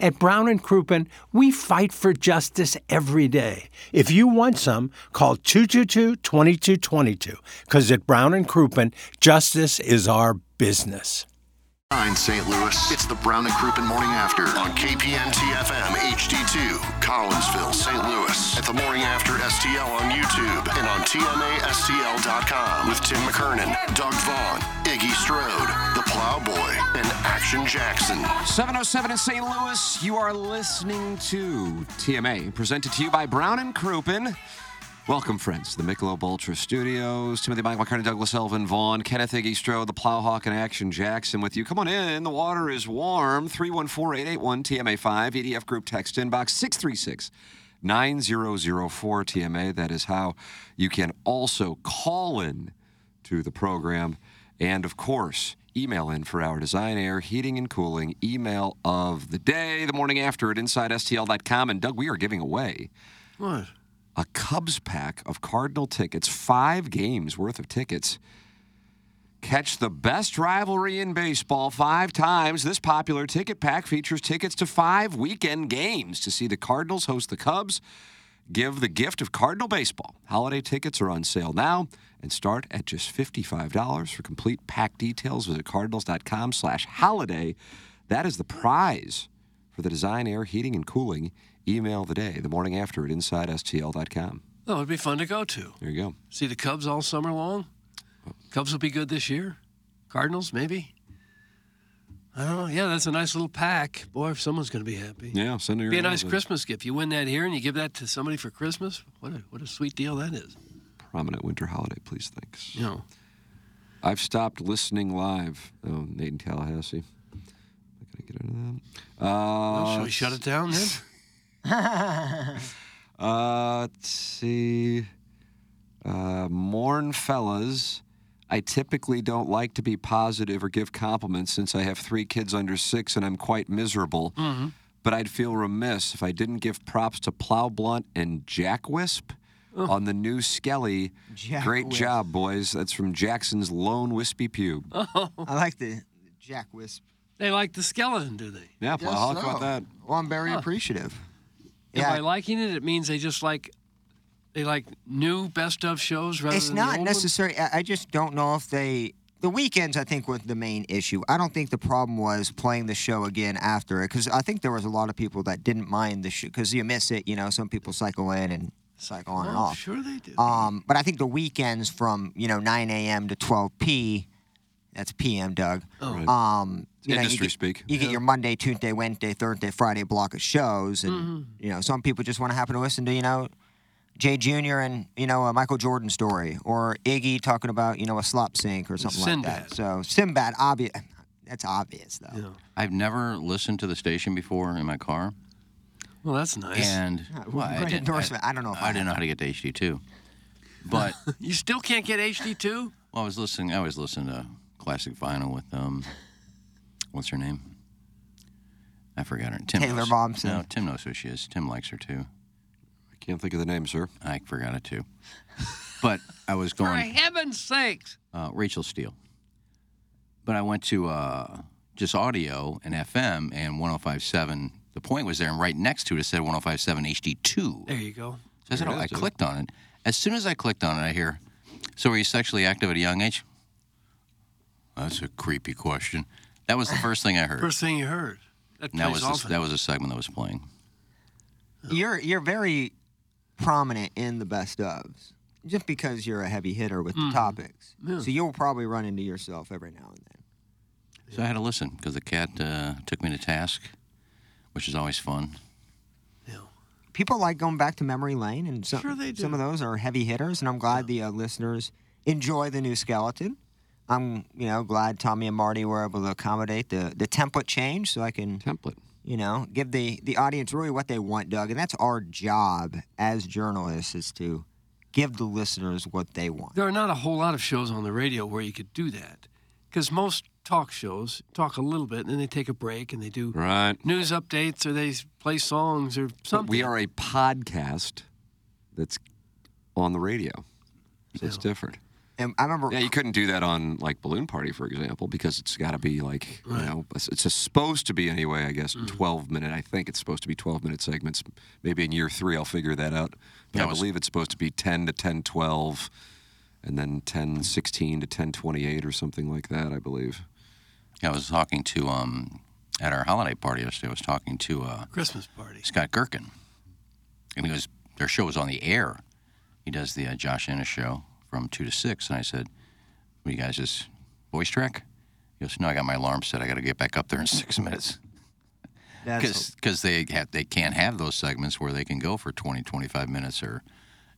At Brown and Crouppen, we fight for justice every day. If you want some, call 222-2222 cuz at Brown and Crouppen, justice is our business. Nine St. Louis. It's the Brown and Crouppen Morning After on KPNT FM HD2, Collinsville, St. Louis. At the Morning After STL on YouTube and on TMASTL.com with Tim McKernan, Doug Vaughn, Iggy Strode, The Plowboy, and Action Jackson. 707 in St. Louis, you are listening to TMA, presented to you by Brown and Crouppen. Welcome, friends, to the Michelob Ultra Studios. Timothy Mike McCartney, Douglas Elvin Vaughn, Kenneth Iggy Strode, the Plowhawk, and Action Jackson with you. Come on in. The water is warm. 314-881-TMA5, EDF E Group Text Inbox 636. 9004 TMA. That is how you can also call in to the program. And of course, email in for our design, air, heating, and cooling email of the day, the morning after at InsideSTL.com. And Doug, we are giving away What? a Cubs pack of Cardinal tickets, five games worth of tickets. Catch the best rivalry in baseball five times. This popular ticket pack features tickets to five weekend games to see the Cardinals host the Cubs. Give the gift of Cardinal baseball. Holiday tickets are on sale now and start at just $55. For complete pack details, visit cardinals.com slash holiday. That is the prize for the design, air, heating, and cooling. Email the day, the morning after at InsideSTL.com. Oh, it'd be fun to go to. There you go. See the Cubs all summer long. Cubs will be good this year. Cardinals, maybe. I don't know. Yeah, that's a nice little pack. Boy, if someone's going to be happy. Yeah, send her Be a nice Christmas gift. You win that here and you give that to somebody for Christmas. What a what a sweet deal that is. Prominent winter holiday, please. Thanks. You know. I've stopped listening live. Oh, Nate in Tallahassee. Not gonna get into that. Well, Uh, should we shut it down then? Uh, let's see. Uh, Morn fellas. I typically don't like to be positive or give compliments since I have three kids under six and I'm quite miserable. Mm-hmm. But I'd feel remiss if I didn't give props to Plow Blunt and Jack Wisp on the new Skelly. Jack Great Wisp. job, boys. That's from Jackson's Lone Wispy Pube. I like the Jack Wisp. Oh. they like the skeleton, do they? yeah, Plow, how about that? Well, I'm very appreciative. And Yeah, by liking it, it means they just like they like new best of shows rather it's than the not old ones? necessary. I I just don't know if they. The weekends, I think, were the main issue. I don't think the problem was playing the show again after it, because I think there was a lot of people that didn't mind the show, because you miss it. You know, some people cycle in and cycle on and Oh, off. sure they do. Um, but I think the weekends from you know 9 a.m. to 12 p. That's p.m. Doug. Oh. Um, you know, you Industry get, speak. You get your Monday, Tuesday, Wednesday, Thursday, Friday block of shows, and Mm-hmm. you know some people just want to happen to listen to you know Jay Jr. and you know a Michael Jordan story or Iggy talking about you know a slop sink or something like Sinbad. that. So Sinbad, obvious. That's obvious though. I've never listened to the station before in my car, well, that's nice. and well, I great didn't- endorsement. I don't know if I I didn't know how to get to HD2, but You still can't get HD two? well, I was listening. I was listening to classic vinyl with um, what's her name? I forgot her. Tim Taylor knows. Momsen. No, Tim knows who she is. Tim likes her too. I can't think of the name, sir. I forgot it too. But I was For going heaven's sakes. uh, Rachel Steele. But I went to uh, just audio and FM and 105.7. The point was there, and right next to it, it said 105.7 HD2. There you go. So I said, oh, I clicked on it. As soon as I clicked on it, I hear, so were you sexually active at a young age? That's a creepy question. That was the first thing I heard. First thing you heard. That and that plays was the, often. that was a segment that was playing. You're you're very prominent in the best ofs, just Mm-hmm. because you're a heavy hitter with the topics. So you'll probably run into yourself every now and then. So I had to listen because the cat uh, took me to task, which is always fun. People like going back to memory lane, and some, Sure they some of those are heavy hitters. And I'm glad the uh, listeners enjoy the new skeleton. I'm, you know, glad Tommy and Marty were able to accommodate the, the template change, so I can Template. you know give the the audience really what they want doug and that's our job as journalists is to give the listeners what they want There are not a whole lot of shows on the radio where you could do that because most talk shows talk a little bit and then they take a break and they do Right. news updates or they s- play songs or something. But we are a podcast that's on the radio, so it's different. and i remember Yeah, you couldn't do that on like Balloon Party, for example, because it's got to be like you know, it's it's supposed to be anyway. I guess Mm. twelve minute. I think it's supposed to be twelve minute segments. Maybe in year three, I'll figure that out. But I believe it's supposed to be ten to 10, 12, and then 10, 16 to 10, 28 or something like that. I believe. Yeah, I was talking to um, at our holiday party yesterday. I was talking to uh, Christmas party. Scott Gherkin, and he goes, "Their show is on the air." He does the uh, Josh Ennis show from two to six, and I said, "Will you guys just voice track?" He goes, "No, I got my alarm set. I got to get back up there in six minutes." that's, because they ha- they can't have those segments where they can go for 20 25 minutes or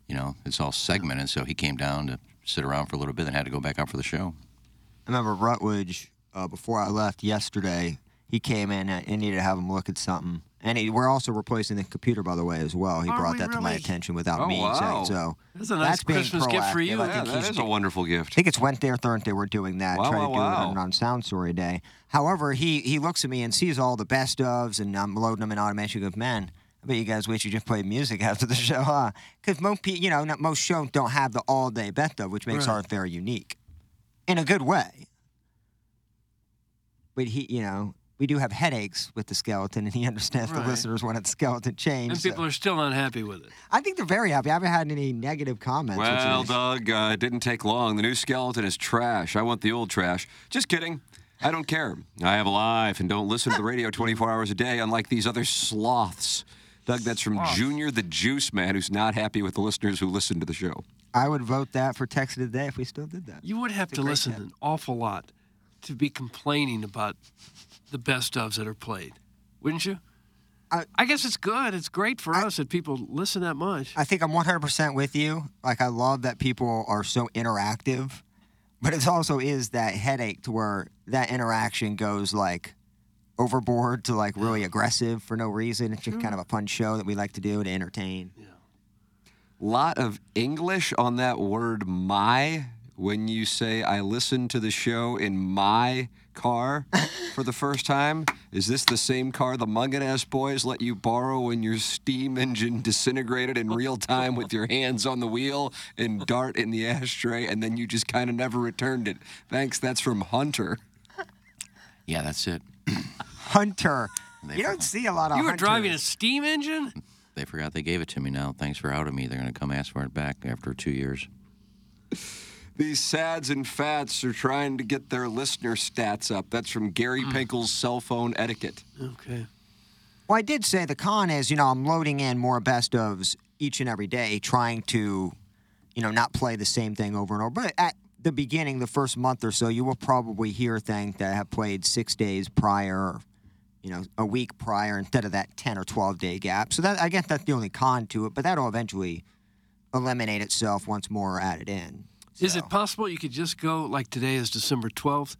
you know it's all segmented so he came down to sit around for a little bit and had to go back out for the show i remember rutledge uh, before i left yesterday he came in uh, and I needed to have him look at something and he, we're also replacing the computer by the way as well he Are brought we that to my really? attention without Oh, me wow. saying so That's a nice being Christmas gift for proactive. you. I Yeah, think he's that is a wonderful I gift. think it's Wednesday or Thursday we're doing that, Wow, trying wow, to do wow. it on- on Sound Story Day. However, he he looks at me and sees all the best ofs, and I'm loading them in automation. He goes, man, I bet you guys wish you just played music after the show, huh? Because most pe- you know not, most shows don't have the all day best of, which makes Right. our fair unique, in a good way. But he, you know, we do have headaches with the skeleton, and he understands Right. the listeners wanted the skeleton changed. And so- people are still unhappy with it. I think they're very happy. I haven't had any negative comments. which Well, is- Doug, uh, it didn't take long. The new skeleton is trash. I want the old trash. Just kidding. I don't care. I have a life and don't listen to the radio 24 hours a day, unlike these other sloths. Doug, that's from Junior the Juice Man, who's not happy with the listeners who listen to the show. I would vote that for text of the day if we still did that. You would have to listen an awful lot to be complaining about the best ofs that are played, wouldn't you? I- I guess it's good. It's great for us that people listen that much. I think I'm 100% with you. Like, I love that people are so interactive, but it also is that headache to where that interaction goes like overboard to like really aggressive for no reason. It's just kind of a fun show that we like to do to entertain. Lot of English on that word my when you say I listened to the show in my car for the first time. Is this the same car the Mungan ass boys let you borrow when your steam engine disintegrated in real time with your hands on the wheel and dart in the ashtray and then you just kind of never returned it? Thanks, that's from Hunter. yeah that's it Hunter. They You don't see a lot of you were Hunter. driving a steam engine? they forgot they gave it to me now thanks for outing me they're going to come ask for it back after two years These sads and fats are trying to get their listener stats up. That's from Gary Hmm. Pinkel's cell phone etiquette. Okay. Well, I did say the con is, you know, I'm loading in more best ofs each and every day, trying to, you know, not play the same thing over and over. But at the beginning, the first month or so, you will probably hear things that I have played six days prior, you know, a week prior instead of that 10 or 12 day gap. So that, I guess that's the only con to it, but that'll eventually eliminate itself once more are added in. Is it possible you could just go like today is December 12th,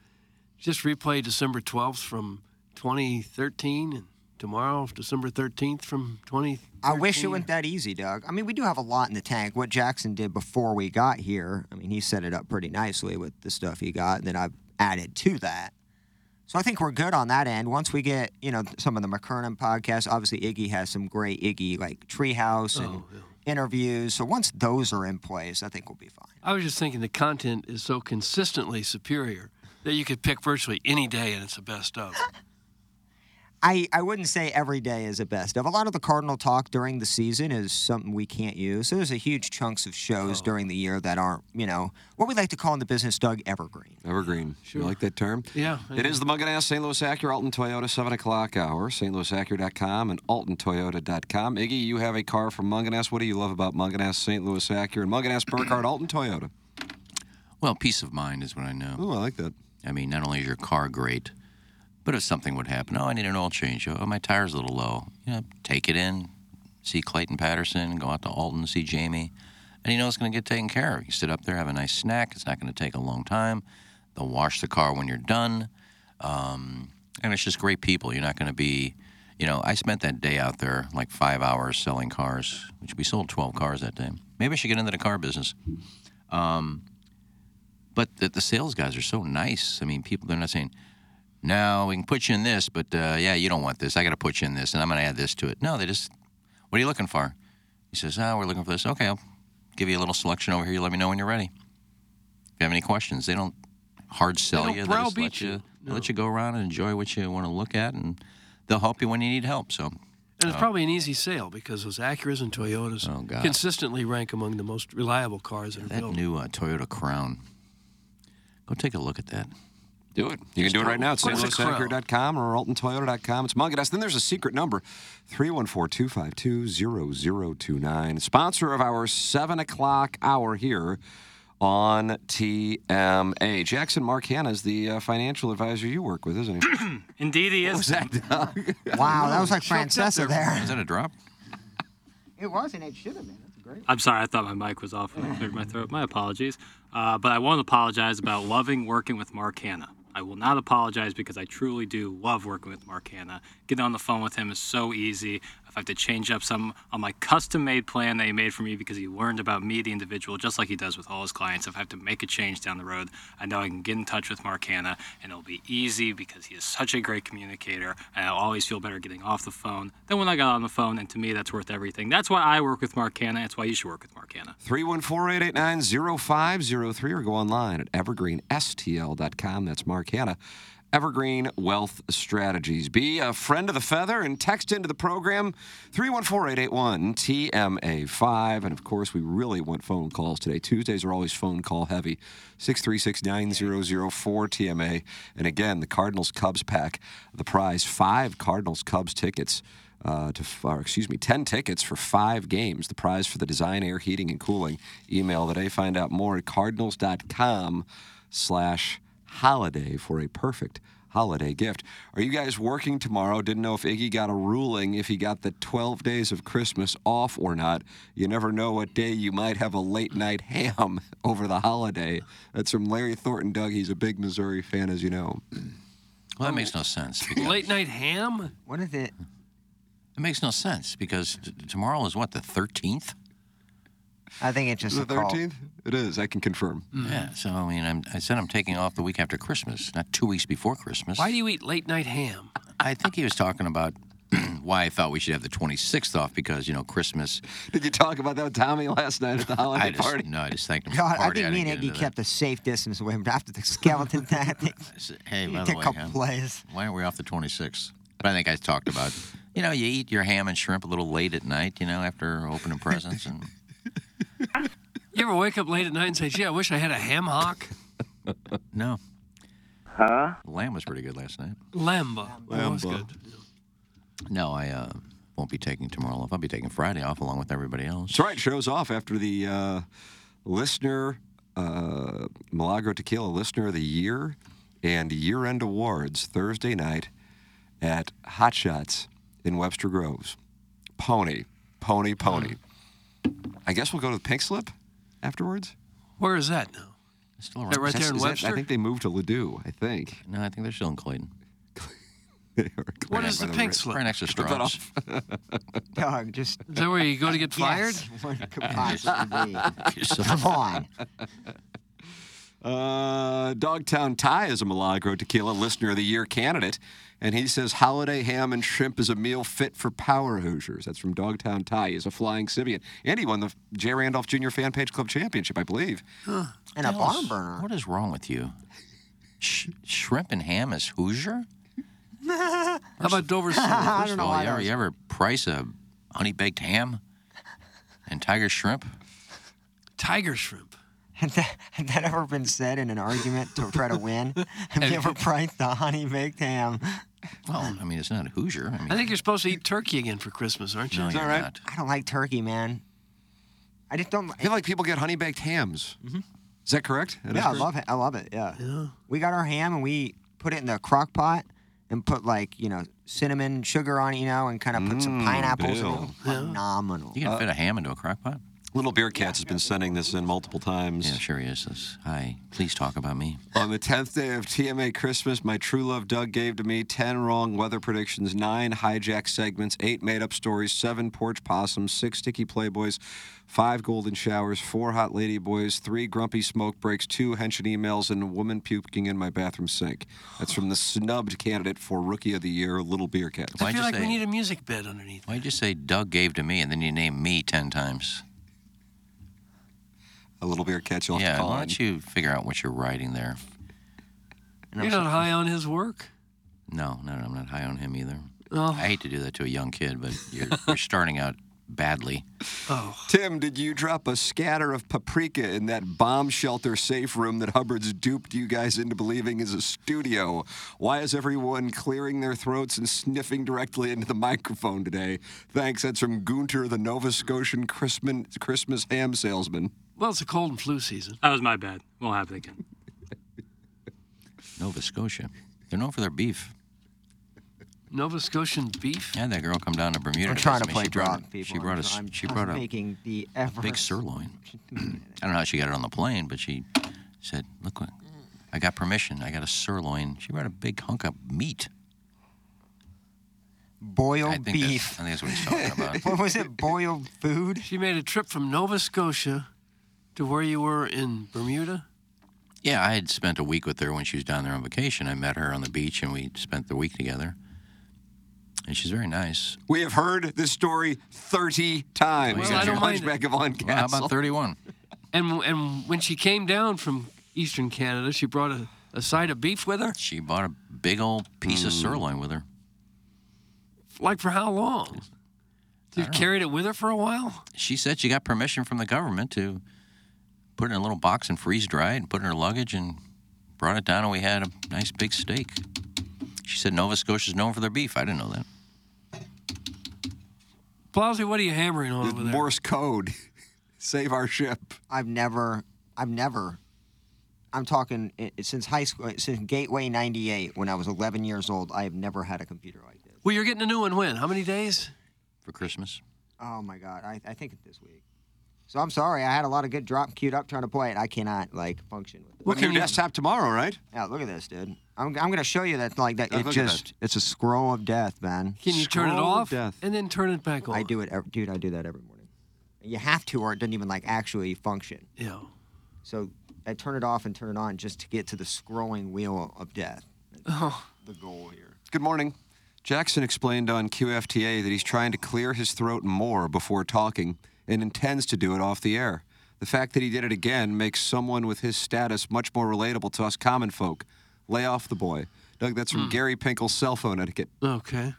just replay December 12th from 2013 and tomorrow is December 13th from 20 I wish it went that easy, Doug. I mean, we do have a lot in the tank. What Jackson did before we got here, I mean, he set it up pretty nicely with the stuff he got, and then I've added to that. So I think we're good on that end. Once we get, you know, some of the McKernan podcasts, obviously Iggy has some great Iggy like Treehouse and interviews. So once those are in place, I think we'll be fine. I was just thinking the content is so consistently superior that you could pick virtually any day and it's the best of. I, I wouldn't say every day is the best of. A lot of the Cardinal talk during the season is something we can't use. There's a huge chunks of shows Oh. during the year that aren't, you know, what we like to call in the business, Doug, evergreen. Oh, Evergreen. You like that term? Yeah, I It is the Mungan Ass St. Louis Acura Alton Toyota 7 o'clock hour, stlouisacura.com and altontoyota.com. Iggy, you have a car from Mungan Ass. What do you love about Mungan Ass St. Louis Acura and Mungan Ass Burkhardt Alton Toyota? well peace of mind is what i know Oh, I like that. i mean not only is your car great But if something would happen, oh, I need an oil change. Oh, my tire's a little low. You know, take it in, see Clayton Patterson, go out to Alton, see Jamie, and you know it's going to get taken care of. You sit up there, have a nice snack. It's not going to take a long time. They'll wash the car when you're done, um, and it's just great people. You're not going to be, you know, I spent that day out there like five hours selling cars, which we sold 12 cars that day. Maybe I should get into the car business. Um, but the, the sales guys are so nice. I mean, people they're not saying, "No, we can put you in this, but uh, yeah, you don't want this. I got to put you in this, and I'm going to add this to it." No, they just, "What are you looking for?" He says, "Oh, we're looking for this. Okay, I'll give you a little selection over here. You let me know when you're ready. If you have any questions, they don't hard sell don't you. They just browbeat let you, you. they let you go around and enjoy what you want to look at, and they'll help you when you need help." So And it's probably an easy sale because those Acuras and Toyotas Oh, God. consistently rank among the most reliable cars that are that built. new uh, Toyota Crown, go take a look at that. Do it. You can do it right now at What is a stlouisacura.com or altontoyota.com. It's Mungan Us. Then there's a secret number, 314-252-0029. Sponsor of our 7 o'clock hour here on TMA. Jackson Marcana is the uh, financial advisor you work with, isn't he? Indeed, he is. Wow, that was like Francesa there. Is that a drop? It was, and it should have been. That's great. I'm sorry, I thought my mic was off when I cleared my throat. My apologies. Uh, but I want to apologize about loving working with Mark Hanna. I will not apologize because I truly do love working with Mark Hanna. Getting on the phone with him is so easy. If I have to change up some on my custom made plan that he made for me because he learned about me, the individual, just like he does with all his clients, if I have to make a change down the road, I know I can get in touch with Mark Hanna and it'll be easy because he is such a great communicator. And I'll always feel better getting off the phone than when I got on the phone. And to me, that's worth everything. That's why I work with Mark Hanna. That's why you should work with Mark Hanna. 314-889-0503 or go online at evergreenstl.com. That's Mark Hanna. Evergreen Wealth Strategies. Be a friend of the feather and text into the program 314-881-TMA5. And of course, we really want phone calls today. Tuesdays are always phone call heavy. 636-9004-TMA. And again, the Cardinals Cubs pack, the prize five Cardinals Cubs tickets uh, to, f- or excuse me, 10 tickets for five games. The prize for the design, air, heating, and cooling. Email today. Find out more at cardinals.com slash holiday for a perfect holiday gift. Are you guys working tomorrow? Didn't know if Iggy got a ruling if he got the 12 days of Christmas off or not. You never know what day you might have a late night ham over the holiday. That's from Larry Thornton, Doug. He's a big Missouri fan, as you know. Well, that makes no sense. because- Late night ham? What is it? It makes no sense because t- tomorrow is what the thirteenth. I think it's just The a call. 13th? It is. I can confirm. Mm. Yeah. So I mean, I'm, I said I'm taking off the week after Christmas, not two weeks before Christmas. Why do you eat late night ham? I think he was talking about why I thought we should have the twenty sixth off because you know Christmas. Did you talk about that with Tommy last night at the holiday I just party? no, I just thanked him. for God, the I party. think me didn't get and Iggy into that. kept a safe distance away from after the skeleton tactics. I said, Hey, by Take the a way, couple huh, plays. why aren't we off the twenty sixth? But I think I talked about. You know, you eat your ham and shrimp a little late at night. You know, after opening presents and. You ever wake up late at night and say, gee, I wish I had a ham hock? No. Huh? Lamb was pretty good last night. Lamba. That was good. No, I uh, won't be taking tomorrow off. I'll be taking Friday off along with everybody else. That's right. Shows off after the uh, listener, uh, Milagro Tequila Listener of the Year and Year End Awards Thursday night at Hot Shots in Webster Groves. Pony, pony, pony. Hmm. I guess we'll go to the Pink Slip afterwards. Where is that now? It's still Is that around. right there in Is that- I Webster? think they moved to Ladue. I think. No, I think they're still in Clayton. They are What right is by the Pink ri- Slip? Right next to that Strauss. Dog, just Is that where you go to get fired? Yes, what could possibly be? Come on. Uh, Dogtown Ty is a Milagro Tequila Listener of the Year candidate, and he says holiday ham and shrimp is a meal fit for power Hoosiers. That's from Dogtown Ty. He's a flying Sibian, and he won the J. Randolph Jr. Fan Page Club Championship, I believe. And a barn burner. What is wrong with you? Sh- shrimp and ham is Hoosier? How about Dover City? First of all, you ever, you ever price a honey baked ham and tiger shrimp? Tiger shrimp. Had that, had that ever been said in an argument to try to win? Have you ever priced the honey baked ham? Well, I mean, it's not a Hoosier. I mean, I think you're supposed to eat turkey again for Christmas, aren't you? no, you're all right? not. I don't like turkey, man. I just don't. Mm-hmm. I feel like people get honey baked hams. Is that correct? That is yeah, I correct? love it. I love it. Yeah. We got our ham and we put it in the crock pot, and put like you know cinnamon sugar on it, you know, and kind of put some Mm, pineapples. in it. ew. Phenomenal. Mm, You can fit a ham into a crock pot? Uh, Little Beer Cats has been sending this in multiple times. Yeah, sure he is. Says, Hi, please talk about me. On the 10th day of TMA Christmas, my true love Doug gave to me 10 wrong weather predictions, 9 hijack segments, 8 made up stories, 7 porch possums, 6 sticky playboys, 5 golden showers, 4 hot lady boys, 3 grumpy smoke breaks, 2 henching emails, and a woman puking in my bathroom sink. That's from the snubbed candidate for Rookie of the Year, Little Beer Cat. I Why'd feel you like say, we need a music bed underneath. why'd you say Doug gave to me and then you named me 10 times? A Little Beer Cat, you'll have to yeah, call why in. don't you figure out what you're writing there? You're not high on his work. No, no, I'm not high on him either. Oh. I hate to do that to a young kid, but you're, you're starting out badly. Oh, Tim, did you drop a scatter of paprika in that bomb shelter safe room that Hubbard's duped you guys into believing is a studio? Why is everyone clearing their throats and sniffing directly into the microphone today? Thanks. That's from Gunter, the Nova Scotian Christmas, Christmas ham salesman. Well, it's a cold and flu season. That was my bad. Won't happen again. Nova Scotia. They're known for their beef. Nova Scotian beef. I had that girl come down to Bermuda. I'm trying to visit me. play she brought, drop, a- people. She brought I'm- us. I'm, She I'm brought a making the effort. big sirloin. I don't know how she got it on the plane, but she said, "Look, what- I got permission. I got a sirloin." She brought a big hunk of meat. I boiled think that's- beef. I think that's what he's talking about. What was it? Boiled food? She made a trip from Nova Scotia to where you were in Bermuda. Yeah, I had spent a week with her when she was down there on vacation. I met her on the beach and we spent the week together. And she's very nice. We have heard this story 30 times. Well, I It's don't mind Hunchback of Oncastle. Well, how about 31? And and when she came down from Eastern Canada, she brought a, a side of beef with her. She bought a big old piece of sirloin with her. Mm. Like for how long? She carried it with her for a while. She said she got permission from the government to put it in a little box and freeze dry it and put it in her luggage and brought it down and we had a nice big steak. She said Nova Scotia's known for their beef. I didn't know that. Plowsy, what are you hammering on over there? Morse code. Save our ship. I've never, I've never, I'm talking i- since high school, since Gateway 98 when I was 11 years old, I have never had a computer like this. well, you're getting a new one when? How many days? For Christmas? Oh my God, I, I think it's this week. So I'm sorry, I had a lot of good drop queued up trying to play it. I cannot like function with it. Look your desktop tomorrow, right? Yeah, look at this, dude. I'm, I'm gonna show you that like that. Oh, It look at just, it's a scroll of death, man. Can you turn it Scroll of off death. and then turn it back on? I do it, ev- dude. I do that every morning. You have to, or it doesn't even like actually function. Yeah. So I turn it off and turn it on just to get to the scrolling wheel of death. The goal here. Good morning. Jackson explained on QFTA that he's trying to clear his throat more before talking and intends to do it off the air. The fact that he did it again makes someone with his status much more relatable to us common folk. Lay off the boy. Doug, that's Hmm. from Gary Pinkel's cell phone etiquette. Okay.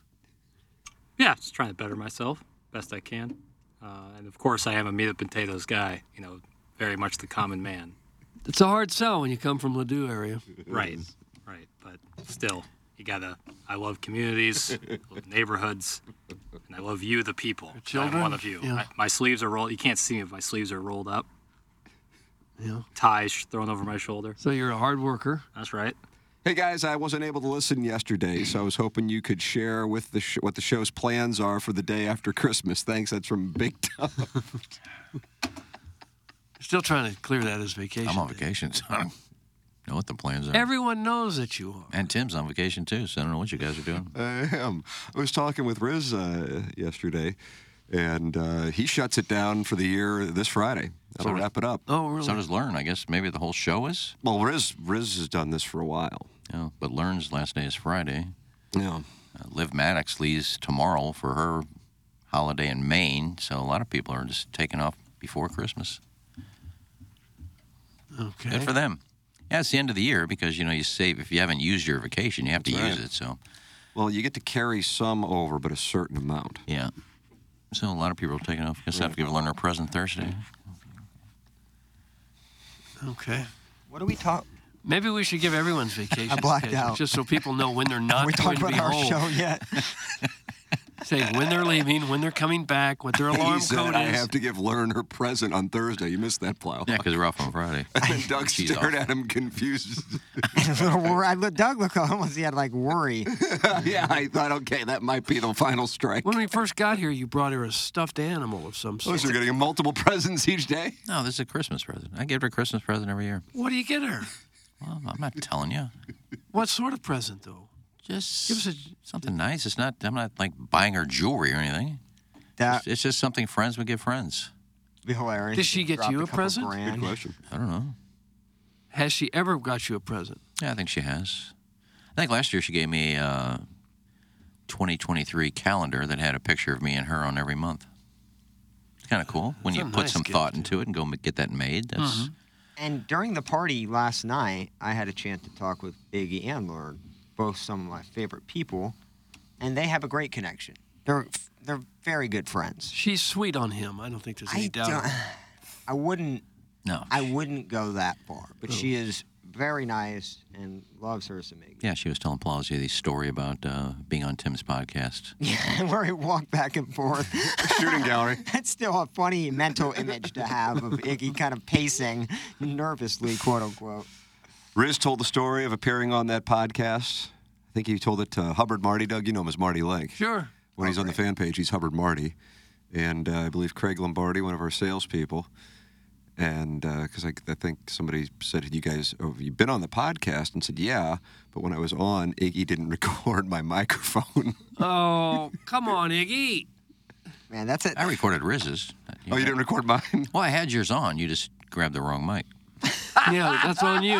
Yeah, just trying to better myself best I can. Uh, and of course, I am a meat and potatoes guy. You know, very much the common man. It's a hard sell when you come from Ladue area. Right, right. But still, you gotta. I love communities, I love neighborhoods, and I love you, the people. children? I'm one of you. Yeah. I- my sleeves are rolled. You can't see me, but my sleeves are rolled up. Yeah. Ties sh- thrown over my shoulder. So you're a hard worker. That's right. Hey guys, I wasn't able to listen yesterday, so I was hoping you could share with the sh- what the show's plans are for the day after Christmas. Thanks. That's from Big Tom. Still trying to clear that as vacation. I'm on day. vacation, so I don't know what the plans are. Everyone knows that you are. and Tim's on vacation too, so I don't know what you guys are doing. I am. I was talking with Riz uh, yesterday, and uh, he shuts it down for the year this Friday. That'll Sorry. wrap it up. Oh, really? So does Learn, I guess. Maybe the whole show is. Well, Riz Riz has done this for a while. Yeah, but Learn's last day is Friday. Yeah. Uh, Liv Maddox leaves tomorrow for her holiday in Maine, so a lot of people are just taking off before Christmas. okay. Good for them. Yeah, it's the end of the year because you know you save if you haven't used your vacation, you have to use it. So Well, you get to carry some over, but a certain amount. yeah, so a lot of people are taking off. Guess I have to give Learn her present Thursday. Okay. What do we talk? Maybe we should give everyone's vacation. blacked schedules, out. Just so people know when they're Are not we going talking to be about our home. show yet? Say when they're leaving, when they're coming back, what their alarm He said, code I is. have to give Learn her present on Thursday. You missed that plow. Yeah, because we're off on Friday. and Doug She's stared off. at him confused. I look, Doug looked almost he had like worry. yeah, I thought, okay, that might be the final strike. When we first got here, you brought her a stuffed animal of some Oh, sort. so you're getting multiple presents each day? No, this is a Christmas present. I give her a Christmas present every year. What do you get her? Well, I'm not telling you. What sort of present though? Just Give us a- something nice. It's not. I'm not like buying her jewelry or anything. That It's, it's just something friends would give friends. would be hilarious. Did she get Dropped you a couple present? grand. Question. I don't know. Has she ever got you a present? Yeah, I think she has. I think last year she gave me a 2023 calendar that had a picture of me and her on every month. It's kind of cool when That's you a put nice some gift, Mm-hmm. thought into it and go ma- get that made. That's And during the party last night, I had a chance to talk with Biggie and Lord, both some of my favorite people, and they have a great connection. They're they're very good friends. She's sweet on him. I don't think there's any I doubt. don't. I wouldn't. no. I wouldn't go that far, but she Oh. is very nice and loves her some Iggy. yeah, she was telling Palazzi the story about uh, being on Tim's podcast. Yeah, where he walked back and forth. Shooting gallery. That's still a funny mental image to have of Iggy kind of pacing nervously, quote unquote. Riz told the story of appearing on that podcast. I think he told it to Hubbard Marty. Doug, you know him as Marty Lake. Sure. When he's on the fan page, he's Hubbard Marty. And uh, I believe Craig Lombardi, one of our salespeople. And because I, I think somebody said, You guys, oh, have you been on the podcast? And said, Yeah. But when I was on, Iggy didn't record my microphone. Oh, come on, Iggy. Man, that's it. I recorded Riz's. oh, you didn't record mine? Well, I had yours on. You just grabbed the wrong mic. Yeah, that's on you.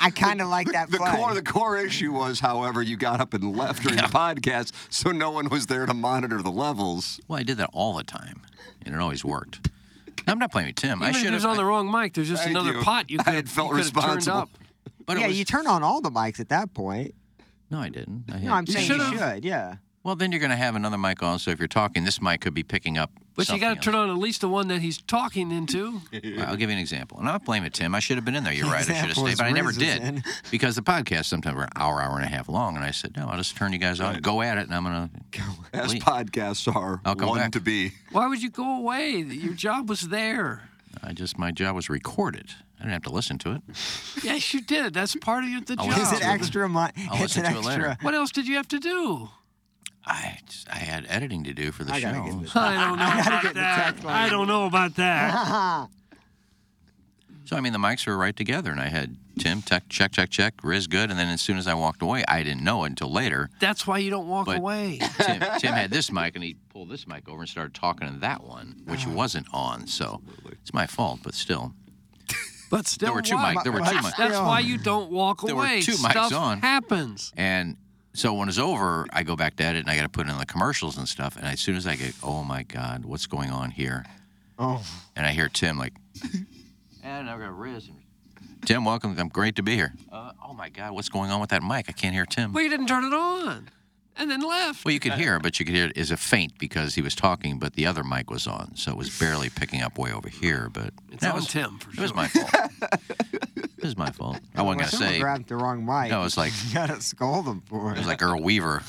I kind of like that The play. core, the core issue was, however, you got up and left during the podcast, so no one was there to monitor the levels. Well, I did that all the time, and it always worked. I'm not blaming Tim. I Even if should it was have. on the wrong mic, there's just Thank another you. pot you I could had have felt turned responsible. up. but it yeah, was- you turn on all the mics at that point. No, I didn't. I had- No, I'm saying you should've. should. Yeah. Well, then you're going to have another mic on. So if you're talking, this mic could be picking up. But you something got to else. turn on at least the one that he's talking into. Well, I'll give you an example. And I'm not blaming Tim. I should have been in there. You're right. I should have Example stayed, is but I never Riz's did in. because the podcasts sometimes were an hour, hour and a half long. And I said, no, I'll just turn you guys on. Go at it, and I'm going to. As podcasts are I'll come one back. to be. Why would you go away? Your job was there. I just my job was recorded. I didn't have to listen to it. Yes, you did. That's part of your- the I'll job. Is it extra money? I'll It's an listen to it later. extra. What else did you have to do? I just- I had editing to do for the I show. gotta get this. I don't know get about the that. text line. I don't know about that. So I mean, the mics were right together, and I had Tim tech, check, check, check, Riz good, and then as soon as I walked away, I didn't know it until later. That's why you don't walk But- away. Tim, Tim had this mic, and he pulled this mic over and started talking to that one, which wasn't on. So it's my fault, but still, But still, there were two why? mics. There were two That's- mics. That's why you don't walk There were away. two mics Stuff on. happens. And so when it's over, I go back to edit, and I got to put in the commercials and stuff. And as soon as I get, oh my God, what's going on here? Oh. And I hear Tim like, and I've got Riz. And, Tim, welcome. I'm great to be here. Uh, oh my God, what's going on with that mic? I can't hear Tim. Well, you didn't turn it on, and then left. Well, you could hear, but you could hear it as a faint because he was talking, but the other mic was on, so it was barely picking up way over here. But It's that on was Tim for It was sure. my fault. it was my fault. I wasn't Well, gonna someone say. grabbed the wrong mic. No, it's like you gotta scold them for it was it. like Earl Weaver.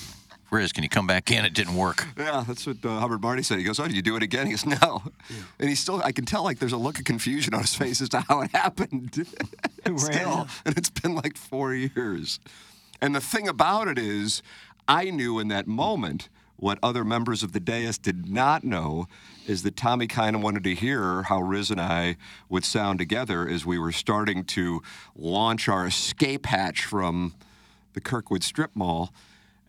Riz, can you come back in? It didn't work. Yeah, that's what uh, Hubbard Marty said. He goes, "Oh, did you do it again?" He goes, "No," and he's still. I can tell like there's a look of confusion on his face as to how it happened. still, and it's been like four years. And the thing about it is, I knew in that moment what other members of the dais did not know is that Tommy kind of wanted to hear how Riz and I would sound together as we were starting to launch our escape hatch from the Kirkwood Strip Mall,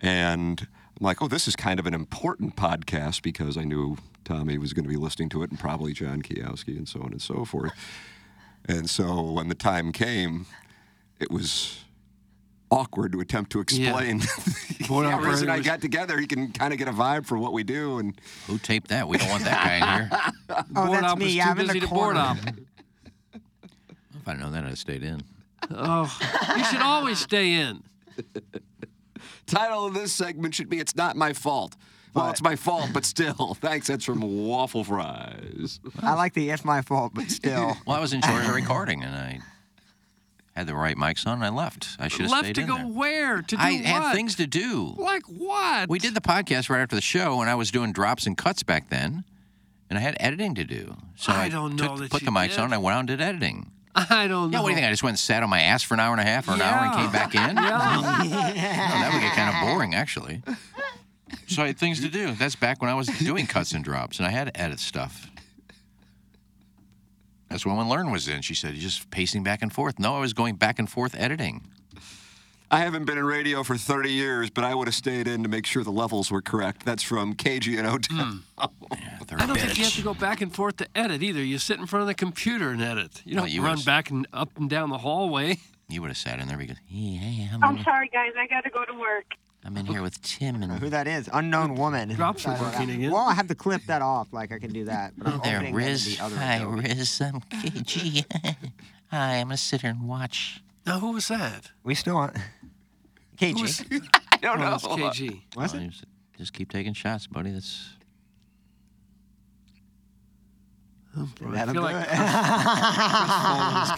and I'm like, oh, this is kind of an important podcast because I knew Tommy was going to be listening to it, and probably John Kiowski, and so on and so forth. And so when the time came, it was awkward to attempt to explain. Yeah. Riz and I got together. He can kind of get a vibe for what we do, and Who taped that? We don't want that guy in here. Oh, board that's op me. was Yeah, too I'm in busy the to board corner. op. If I'd known that, I'd have stayed in. Oh, you should always stay in. title of this segment should be "It's Not My Fault." Well, it's my fault, but still, thanks. That's from Waffle Fries. I like the if my fault, but still. Well, I was in charge of recording, and I had the right mics on, and I left. I should have Left stayed to in go there. where? To do I what? had things to do. like what? We did the podcast right after the show, and I was doing drops and cuts back then, and I had editing to do. So I I, don't know took, that put you the mics did. on, and I went out and did editing. I don't know. Yeah, what do you think? I just went and sat on my ass for an hour and a half or an hour and Yeah. came back in? Yeah. No, that would get kind of boring, actually. So I had things to do. That's back when I was doing cuts and drops, and I had to edit stuff. That's when when Learn was in. She said, "You're just pacing back and forth." No, I was going back and forth editing. I haven't been in radio for 30 years, but I would have stayed in to make sure the levels were correct. That's from KG and Odell. They're Hmm. I don't think you have bitch. to go back and forth to edit either. You sit in front of the computer and edit. You don't you run was- back and up and down the hallway. You would have sat in there because, yeah, yeah, I'm, I'm in, sorry, guys. I got to go to work. I'm in here with Tim and Uh, Who that is? Unknown woman. Drops are working again. Well, I have to clip that off. Like I can do that. But Oh, I'm there, opening it in Riz. the other Hi, Adobe. Riz. I'm KG. Hi, I'm gonna sit here and watch. Now, who was that? We still want KG. Who was, I don't oh, know. it's KG. Was Oh, you s- Just keep taking shots, buddy. That's I That'll Oh, feel do like it. Chris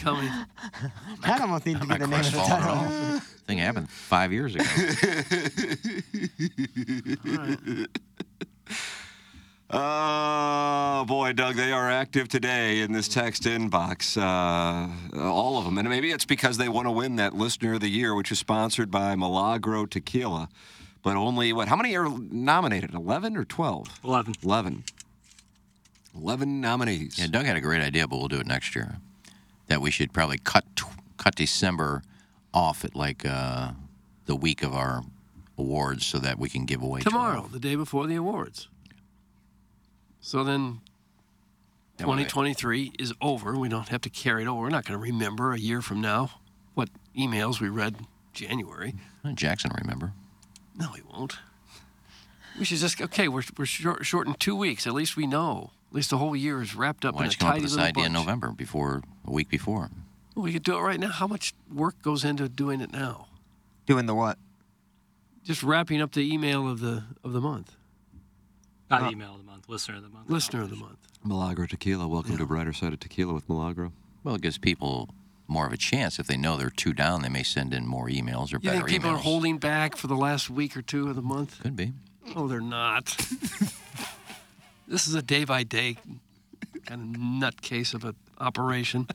Nolan is coming. That almost needs to be not the name of the crestfallen at all. title. Thing happened five years ago. Oh boy, Doug, they are active today in this text inbox. Uh, all of them, and maybe it's because they want to win that Listener of the Year, which is sponsored by Milagro Tequila. But only what? How many are nominated? Eleven or twelve? 11. Eleven. Eleven nominees. Yeah, Doug had a great idea, but we'll do it next year. That we should probably cut cut December off at like uh, the week of our awards, so that we can give away Tomorrow, 12. the day before the awards. So then That way- 2023 is over. We don't have to carry it over. We're not going to remember a year from now what emails we read January. Oh, Jackson, remember? No, we won't. We should just okay. We're we're short, short in two weeks. At least we know. At least the whole year is wrapped up Why in a don't you come up tidy with this little idea in bunch. November before a week before? We could do it right now. How much work goes into doing it now? Doing the what? Just wrapping up the email of the of the month, Not email of the month, listener of the month. listener of the month. Milagro Tequila. Welcome to Brighter Side of Tequila with Milagro. Well, it gives people more of a chance if they know they're two down. They may send in more emails or You better think people emails. are holding back for the last week or two of the month? Could be. Oh, they're not. this is a day by day kind of nutcase of an operation.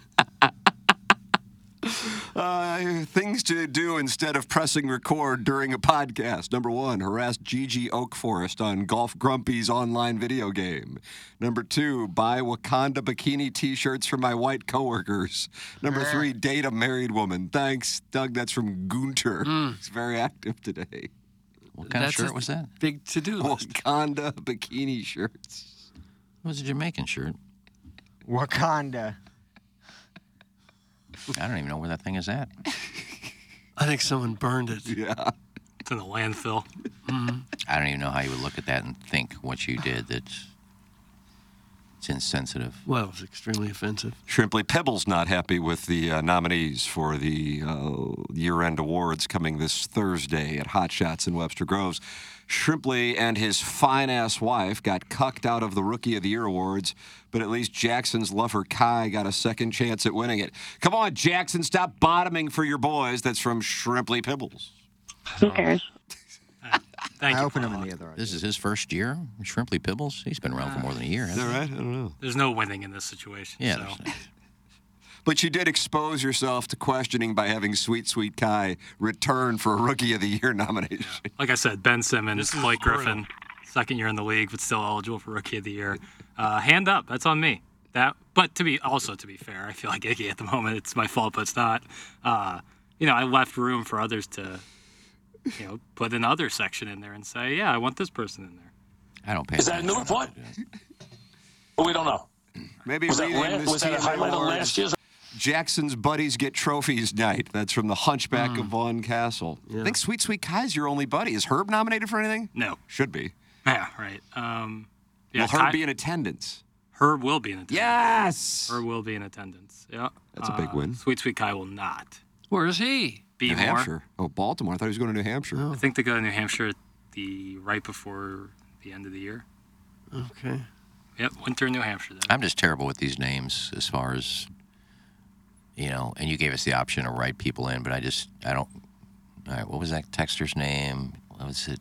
Uh, things to do instead of pressing record during a podcast. Number one, harass Gigi Oakforest on Golf Grumpy's online video game. Number two, buy Wakanda bikini t shirts for my white coworkers. Number three, date a married woman. Thanks, Doug. That's from Gunter. He's very active today. What kind Hmm. That's of a shirt was that? Big to do list. Wakanda bikini shirts. It was a Jamaican shirt. Wakanda. I don't even know where that thing is at. I think someone burned it. Yeah. It's in the landfill. Mm-hmm. I don't even know how you would look at that and think what you did. That's it's insensitive. Well, it's extremely offensive. Shrimply Pebble's not happy with the uh, nominees for the uh, year end awards coming this Thursday at Hot Shots in Webster Groves. Shrimply and his fine ass wife got cucked out of the Rookie of the Year awards, but at least Jackson's lover Kai got a second chance at winning it. Come on, Jackson, stop bottoming for your boys. That's from Shrimply Pibbles. Who cares? Thank I you. opened them Paul. in the other. This is his first year, Shrimply Pibbles. He's been around for more than a year. Is Hasn't that he? right? I don't Oh. know. There's no winning in this situation. Yeah. so. there's- But you did expose yourself to questioning by having Sweet Sweet Kai return for a Rookie of the Year nomination. Like I said, Ben Simmons, Blake Griffin, second year in the league, but still eligible for Rookie of the Year. Uh, hand up, that's on me. That, but to be also to be fair, I feel like icky at the moment. It's my fault, but it's not. Uh, you know, I left room for others to, you know, put another section in there and say, yeah, I want this person in there. I don't pay. Is that new point? We don't know. Maybe Was that, rename last, this was that a TNA highlight of Awards last year's? Jackson's Buddies Get Trophies Night. That's from The Hunchback of Vaughn Castle. I think Sweet Sweet Kai's your only buddy. Is Herb nominated for anything? No. Should be. Yeah, right. Um, yeah, Will Herb Ty- be in attendance? Herb will be in attendance. Yes! Herb will be in attendance. Yeah. Uh, That's a big win. Sweet Sweet Kai will not Where is he? be New more. Hampshire. Oh, Baltimore. I thought he was going to New Hampshire. Oh. I think they go to New Hampshire the right before the end of the year. Okay. Yep, winter in New Hampshire. Then. I'm just terrible with these names as far as you know, and you gave us the option to write people in, but I just, I don't. All right, what was that texter's name? What was it?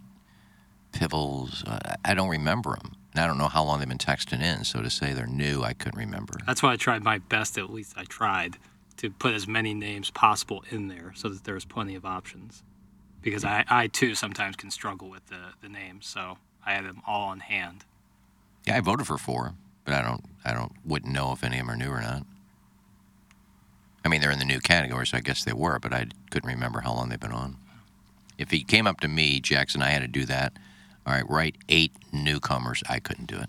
Pivels. I, I don't remember them, and I don't know how long they've been texting in. So to say they're new, I couldn't remember. That's why I tried my best, at least I tried, to put as many names possible in there so that there was plenty of options. Because I, I too sometimes can struggle with the, the names, so I had them all on hand. Yeah, I voted for four, but I don't, I don't, wouldn't know if any of them are new or not. I mean, they're in the new category, so I guess they were, but I couldn't remember how long they've been on. If he came up to me, Jackson, I had to do that. All right, write eight newcomers. I couldn't do it.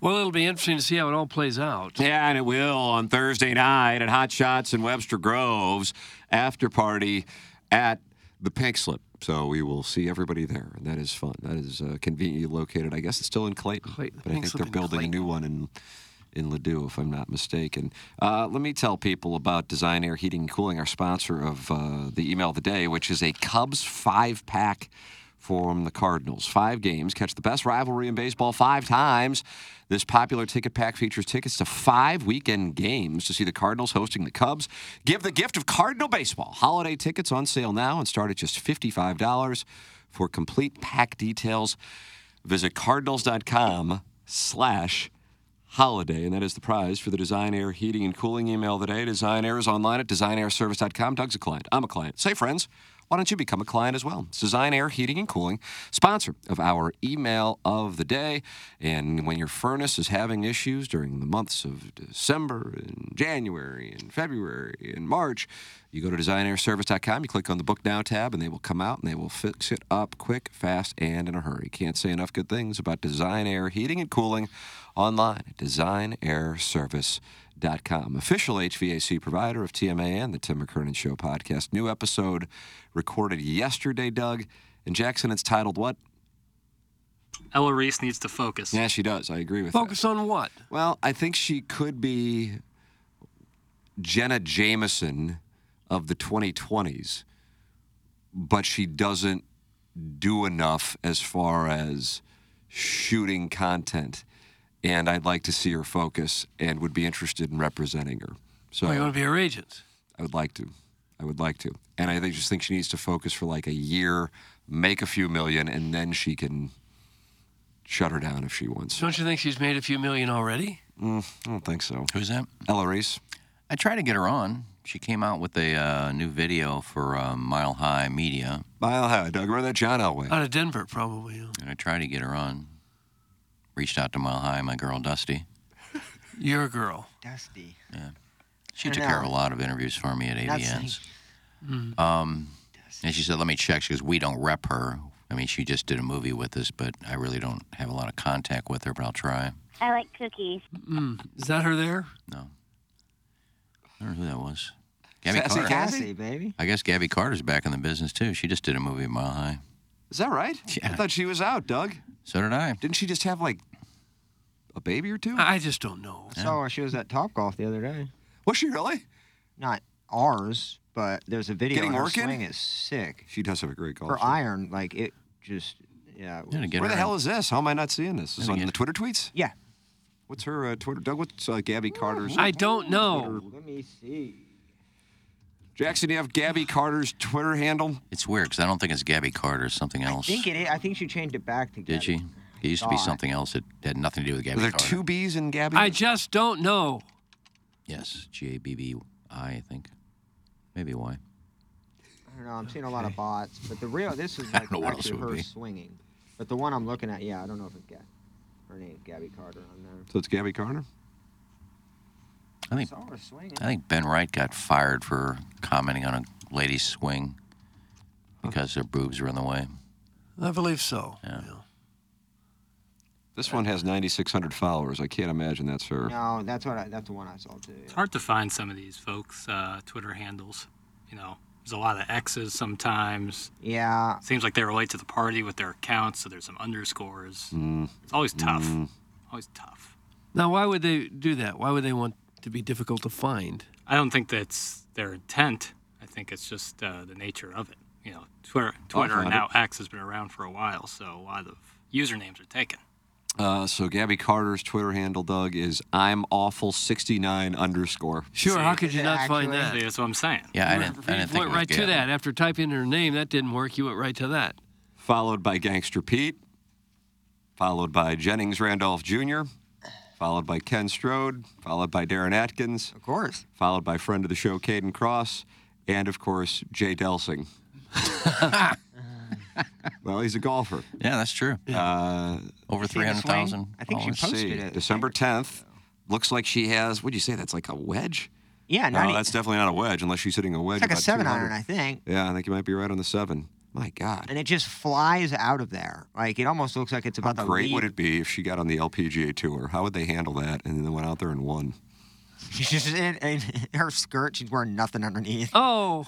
Well, it'll be interesting to see how it all plays out. Yeah, and it will on Thursday night at Hot Shots in Webster Groves after party at the Pink Slip. So we will see everybody there, and that is fun. That is uh, conveniently located. I guess it's still in Clayton, but I Pink think Slip they're in building a new one in in Ladue, if I'm not mistaken. Uh, let me tell people about Design Air Heating and Cooling, our sponsor of uh, the email of the day, which is a Cubs five pack from the Cardinals. Five games, catch the best rivalry in baseball five times. This popular ticket pack features tickets to five weekend games to see the Cardinals hosting the Cubs. Give the gift of Cardinal baseball. Holiday tickets on sale now and start at just $55. For complete pack details, visit cardinals.com slash holiday, and that is the prize for the Design Air Heating and Cooling email today. Design Air is online at designairservice.com. Doug's a client. I'm a client. Say, friends, why don't you become a client as well? It's Design Air Heating and Cooling, sponsor of our email of the day. And when your furnace is having issues during the months of December and January and February and March, you go to designairservice.com, you click on the Book Now tab, and they will come out and they will fix it up quick, fast, and in a hurry. Can't say enough good things about Design Air Heating and Cooling online at designairservice.com. Official HVAC provider of TMA and the Tim McKernan Show podcast. New episode recorded yesterday, Doug. And Jackson, it's titled what? Ella Reese needs to focus. Yeah, she does. I agree with Focus on what? that. Well, I think she could be Jenna Jameson of the 2020s, but she doesn't do enough as far as shooting content. And I'd like to see her focus and would be interested in representing her. So Oh, you want to be her agent? I would like to. I would like to. And I think- just think she needs to focus for like a year, make a few million, and then she can shut her down if she wants. Don't you think she's made a few million already? Mm, I don't think so. Who's that? Ella Reese. I tried to get her on. She came out with a uh, new video for uh, Mile High Media, Mile High, Doug. Remember that John Elway? Out of Denver, probably. yeah. and I tried to get her on. Reached out to Mile High, my girl Dusty. Your girl. Dusty. She I took care of a know. lot of interviews for me at That's AVNs. Mm. Um, and she said, let me check. She goes, we don't rep her. I mean, she just did a movie with us, but I really don't have a lot of contact with her, but I'll try. I like cookies. Mm. Is that her there? No. I don't know who that was. Gabby Sassy Carter. Cat? Cassie, baby. I guess Gabby Carter's back in the business, too. She just did a movie at Mile High. Is that right? I Yeah. thought she was out, Doug. So did I. Didn't she just have like a baby or two? I I just don't know. I saw her. She was Oh, at Top Golf the other day. Was she really? Not ours, but there's a video. Getting and her working? swing is sick. She does have a great golf. Her swing. iron, like it just, yeah. it Yeah, to was- get Where her the in. hell is this? How am I not seeing this? Is it on Again. the Twitter tweets? yeah. What's her uh, Twitter? Doug, what's uh, Gabby Carter's? I don't know. Let me see. Jackson, do you have Gabby Carter's Twitter handle? It's weird because I don't think it's Gabby Carter. It's something I else. think it is. I think she changed it back to. Did she? It used to be God. something else that had nothing to do with Are Gabby there Carter. two B's in Gabby? I just don't know. Yes, G A B B I, I think. Maybe Y. I don't know. I'm seeing a lot of bots, but the real this is I like don't know what else actually it would her be. swinging. But the one I'm looking at, yeah, I don't know if it's Gab. Her name Gabby Carter on there. so it's Gabby Carter? I I think saw her swinging. I think Ben Wright got fired for commenting on a lady's swing because their boobs were in the way. I believe so. Yeah. This one has 9,600 followers. I can't imagine that's her. No, that's what I, that's the one I saw too. It's yeah. hard to find some of these folks' uh, Twitter handles. You know, there's a lot of X's sometimes. Yeah, Seems like they relate to the party with their accounts, so there's some underscores. Mm. It's always tough. Always tough. Now, why would they do that? Why would they want to be difficult to find? I don't think that's their intent. I think it's just uh, the nature of it. You know, Twitter, Twitter found and now X has been around for a while, so a lot of usernames are taken. Uh, so Gabby Carter's Twitter handle, Doug, is I'm awful 69 underscore. Sure, how could you not find that? That's what I'm saying. Yeah, I You didn't- went- I didn't You think it went was right to Gabby. that. After typing her name, that didn't work. You went right to that. Followed by Gangster Pete. Followed by Jennings Randolph Jr. Followed by Ken Strode. Followed by Darren Atkins. Of course. Followed by friend of the show, Caden Cross. And, of course, Jay Delsing. well, he's a golfer. Yeah, that's true. Uh, Over seen the swing? 300,000. I think she followers. let's posted see. it. December 10th. Looks like she has, what'd you say? That's like a wedge? Yeah, No, not e- that's definitely not a wedge unless she's hitting a it's wedge. like a about seven 200. iron, I think. Yeah, I think you might be right on the seven. My God. And it just flies out of there. Like it almost looks like it's about How to great leave. would it be if she got on the LPGA tour? How would they handle that? And then went out there and won. She's just in, in her skirt. She's wearing nothing underneath. Oh,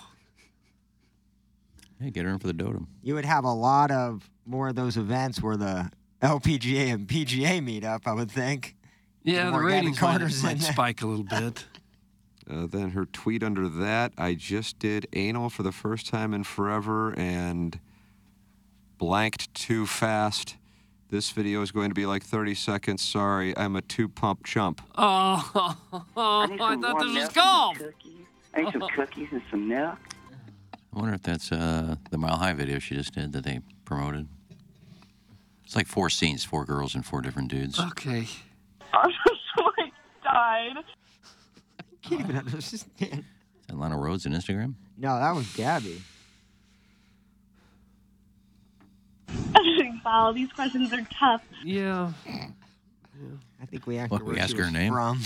Hey, get her in for the dotum. You would have a lot of more of those events where the LPGA and PGA meet up. I would think. yeah, the more Gabby ratings might, Carter's in might there. spike a little bit. Uh, then her tweet under that I just did anal for the first time in forever and blanked too fast. This video is going to be like 30 seconds. Sorry, I'm a two pump chump. Oh, I thought this was golf. I need some cookies and some milk. I wonder if that's uh, the Mile High video she just did that they promoted. It's like four scenes, four girls and four different dudes. Okay. I'm so died. I can't even understand. Atlanta Roads on Instagram. No, that was Gabby. wow, these questions are tough. Yeah. I think we asked What, her we where she asked her was name? from.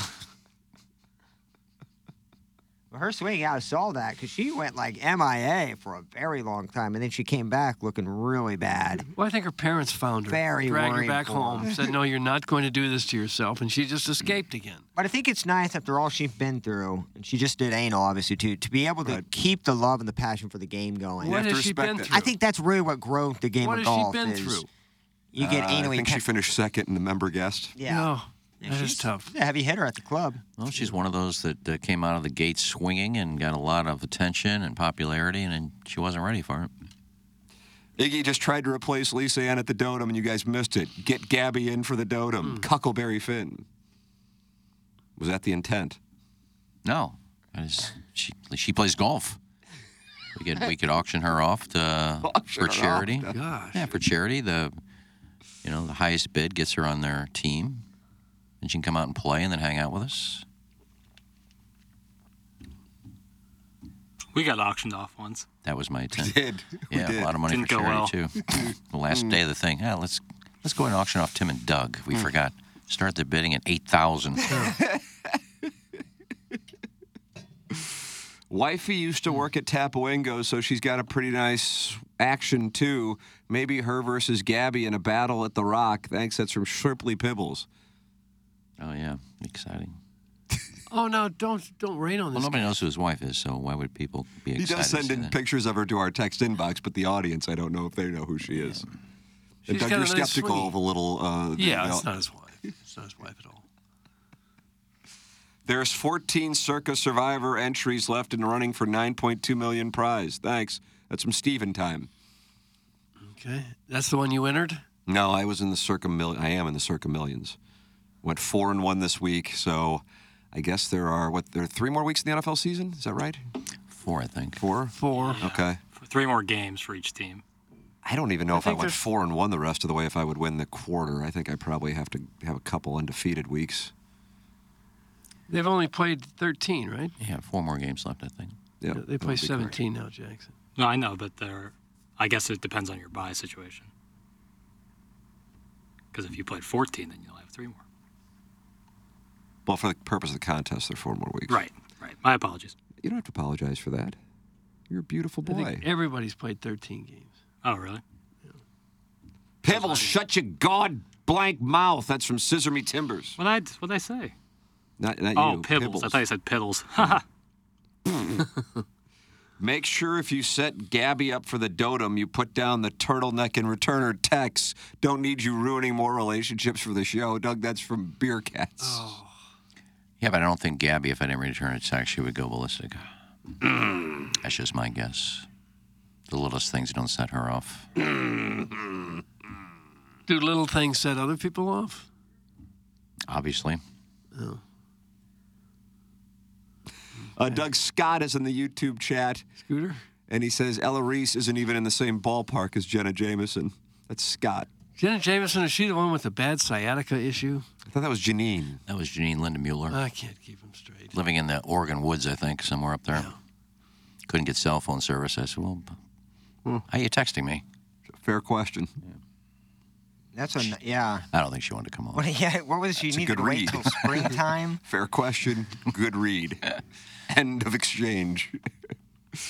Well, her swing, yeah, I saw that because she went like MIA for a very long time, and then she came back looking really bad. Well, I think her parents found her. Very dragged her worrying back for home. her. Said, "No, you're not going to do this to yourself," and she just escaped again. But I think it's nice after all she's been through, and she just did anal, obviously too, to be able to keep the love and the passion for the game going. What have to has she respect been that. through? I think that's really what growth the game What of has she golf been is. through? You get Uh, I anally. think she finished second in the member guest. yeah, No, And that she's is tough. a heavy hitter at the club. Well, she's one of those that uh, came out of the gate swinging and got a lot of attention and popularity, and, then she wasn't ready for it. Iggy just tried to replace Lisa Ann at the Dotem, and you guys missed it. Get Gabby in for the Hmm. Dotem. Cuckleberry Finn. Was that the intent? No, I just, she she plays golf. We could we could auction her off to Auction her for off. charity. Gosh. Yeah, for charity, the you know the highest bid gets her on their team, and she can come out and play and then hang out with us. We got auctioned off once. That was my intent. Did. Yeah, a lot of money Didn't for go charity well. too. the last Hmm. day of the thing. Yeah, let's let's go and auction off Tim and Doug. We forgot. Start the bidding at eight thousand. Wifey used to work at Tapawingo, so she's got a pretty nice action, too. Maybe her versus Gabby in a battle at The Rock. Thanks, that's from Shripley Pibbles. oh yeah, exciting. Oh no, don't don't rain on Well, this. nobody knows who his wife is, so why would people be He excited? does to send see in that? pictures of her to our text inbox, but the audience, I don't know if they know who she is. She's and got Doug, you're a nice skeptical swing. of a little. Uh, the- yeah, the- it's not his wife. It's not his wife at all. There's 14 Circa Survivor entries left and running for 9.2 million prize. Thanks. That's from Steven time. Okay, that's the one you entered. No, I was in the Circa Mil- I am in the Circa Millions. Went four and one this week, so I guess there are what there are three more weeks in the NFL season. Is that right? Four, I think. Four. Four. Okay. Three more games for each team. I don't even know if I think went there's- four and one the rest of the way. If I would win the quarter, I think I probably have to have a couple undefeated weeks. They've only played 13, right? Yeah, four more games left, I think. Yeah, They that would play be great. 17 now, Jackson. No, I know, but they're. I guess it depends on your buy situation. Because if you played 14, then you'll have three more. Well, for the purpose of the contest, there are four more weeks. Right, right. My apologies. You don't have to apologize for that. You're a beautiful I boy. think everybody's played 13 games. Oh, really? Pibble, shut your god blank mouth. That's from Scissor Me Timbers. What I what I say? Not, not oh, you. Pibbles. I Pibbles. thought you said Piddles. Haha. Make sure if you set Gabby up for the dotem, you put down the turtleneck and returner Tex. Don't need you ruining more relationships for the show. Doug, that's from Beer Cats. Oh. Yeah, but I don't think Gabby, if I didn't return a text, she would go ballistic. Mm. That's just my Mm. guess. The littlest things don't set her off. Do little things set other people off? Obviously. Oh. Uh, Doug Scott is in the YouTube chat. Scooter? And he says Ella Reese isn't even in the same ballpark as Jenna Jameson. That's Scott. Jenna Jameson, is she the one with the bad sciatica issue? I thought that was Janine. That was Janine Linda Mueller. I can't keep him straight. living in the Oregon woods, I think, somewhere up there. Couldn't get cell phone service. I said, well, b- Hmm. how you texting me? Fair question. That's a n- yeah. I don't think she wanted to come on. What, yeah, what was she That's a needed good to wait read. till springtime? Fair question. Good read. End of exchange.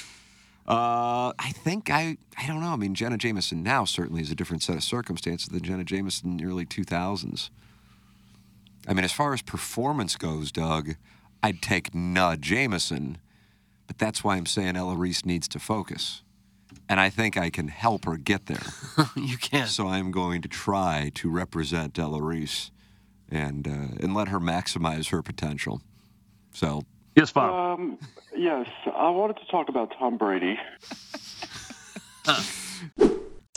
Uh, I think I I don't know. I mean, Jenna Jameson now certainly is a different set of circumstances than Jenna Jameson in the early 2000s. I mean, as far as performance goes, Doug, I'd take Na Jameson, but that's why I'm saying Ella Reese needs to focus, and I think I can help her get there. you can. So I'm going to try to represent Ella Reese, and uh, and let her maximize her potential. So yes, Um, yes, I wanted to talk about Tom Brady.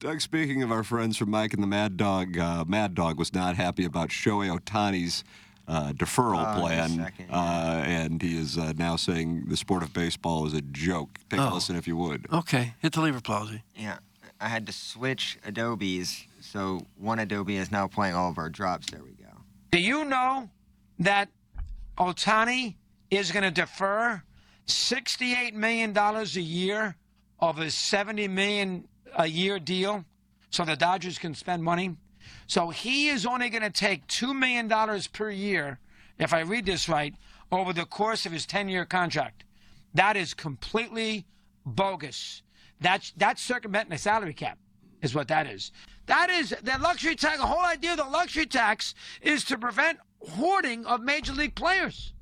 Doug, speaking of our friends from Mike and the Mad Dog, uh, Mad Dog was not happy about Shohei Otani's uh, Ah, deferral Oh, plan. just a second, uh, and he is uh, now saying the sport of baseball is a joke. Take a Oh. listen if you would. Okay, hit the lever, Plowsy. Yeah, I had to switch Adobe's, so one Adobe is now playing all of our drops. There we go. Do you know that Otani is going to defer $68 million a year of his $70 million a year deal so the Dodgers can spend money? So he is only going to take $2 million per year, if I read this right, over the course of his 10 year contract. That is completely bogus. That's, that's circumventing the salary cap is what that is. That is the luxury tax. The whole idea of the luxury tax is to prevent hoarding of major league players.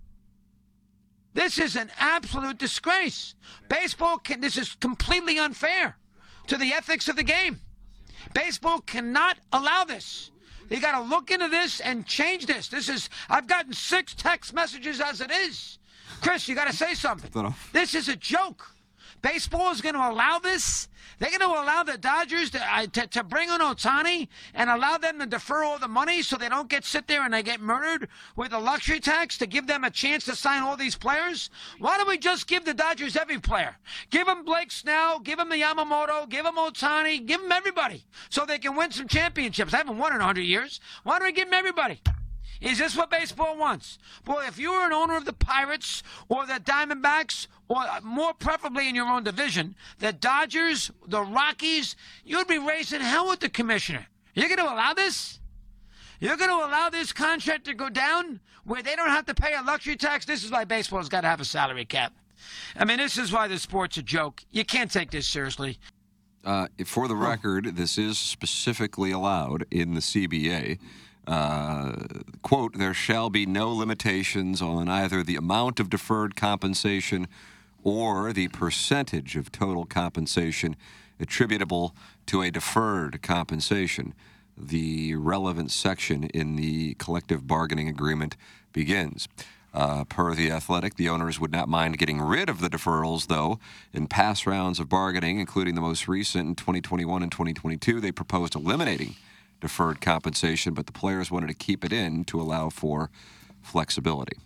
This is an absolute disgrace. Baseball can. This is completely unfair to the ethics of the game. Baseball cannot allow this. You got to look into this and change this. This is. I've gotten six text messages as it is. Chris, you got to say something. This is a joke. Baseball is going to allow this. They're going to allow the Dodgers to, uh, to, to bring on Otani and allow them to defer all the money so they don't get sit there and they get murdered with a luxury tax to give them a chance to sign all these players. Why don't we just give the Dodgers every player? Give them Blake Snell, give them the Yamamoto, give them Otani, give them everybody so they can win some championships. I haven't won in 100 years. Why don't we give them everybody? Is this what baseball wants? Boy, if you were an owner of the Pirates or the Diamondbacks, or uh, more preferably in your own division, the Dodgers, the Rockies, you'd be racing hell with the commissioner. You're going to allow this? You're going to allow this contract to go down where they don't have to pay a luxury tax? This is why baseball's got to have a salary cap. I mean, this is why the sport's a joke. You can't take this seriously. Uh, for the record, this is specifically allowed in the CBA. Uh, quote, there shall be no limitations on either the amount of deferred compensation or the percentage of total compensation attributable to a deferred compensation. The relevant section in the collective bargaining agreement begins. Uh, per the athletic, the owners would not mind getting rid of the deferrals, though. In past rounds of bargaining, including the most recent in 2021 and 2022, they proposed eliminating deferred compensation, but the players wanted to keep it in to allow for flexibility.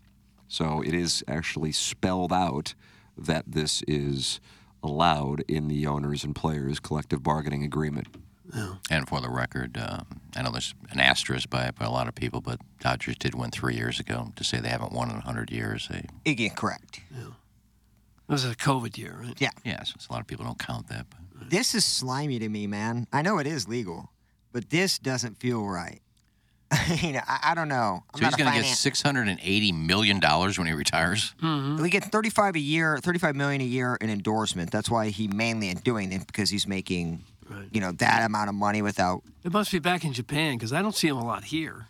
So it is actually spelled out that this is allowed in the owners and players collective bargaining agreement. Oh. And for the record, um, I know there's an asterisk by, by a lot of people, but Dodgers did win three years ago. To say they haven't won in 100 years, they, Iggy, correct. That was a COVID year, right? Yeah. yeah, so it's a lot of people don't count that. But This is slimy to me, man. I know it is legal, but this doesn't feel right. I mean, I, I don't know. I'm so he's not a going to get finance- $680 million when he retires? We get 35 a year, 35 million a year in endorsement. That's why he mainly is doing it because he's making you know, that amount of money without. It must be back in Japan because I don't see him a lot here.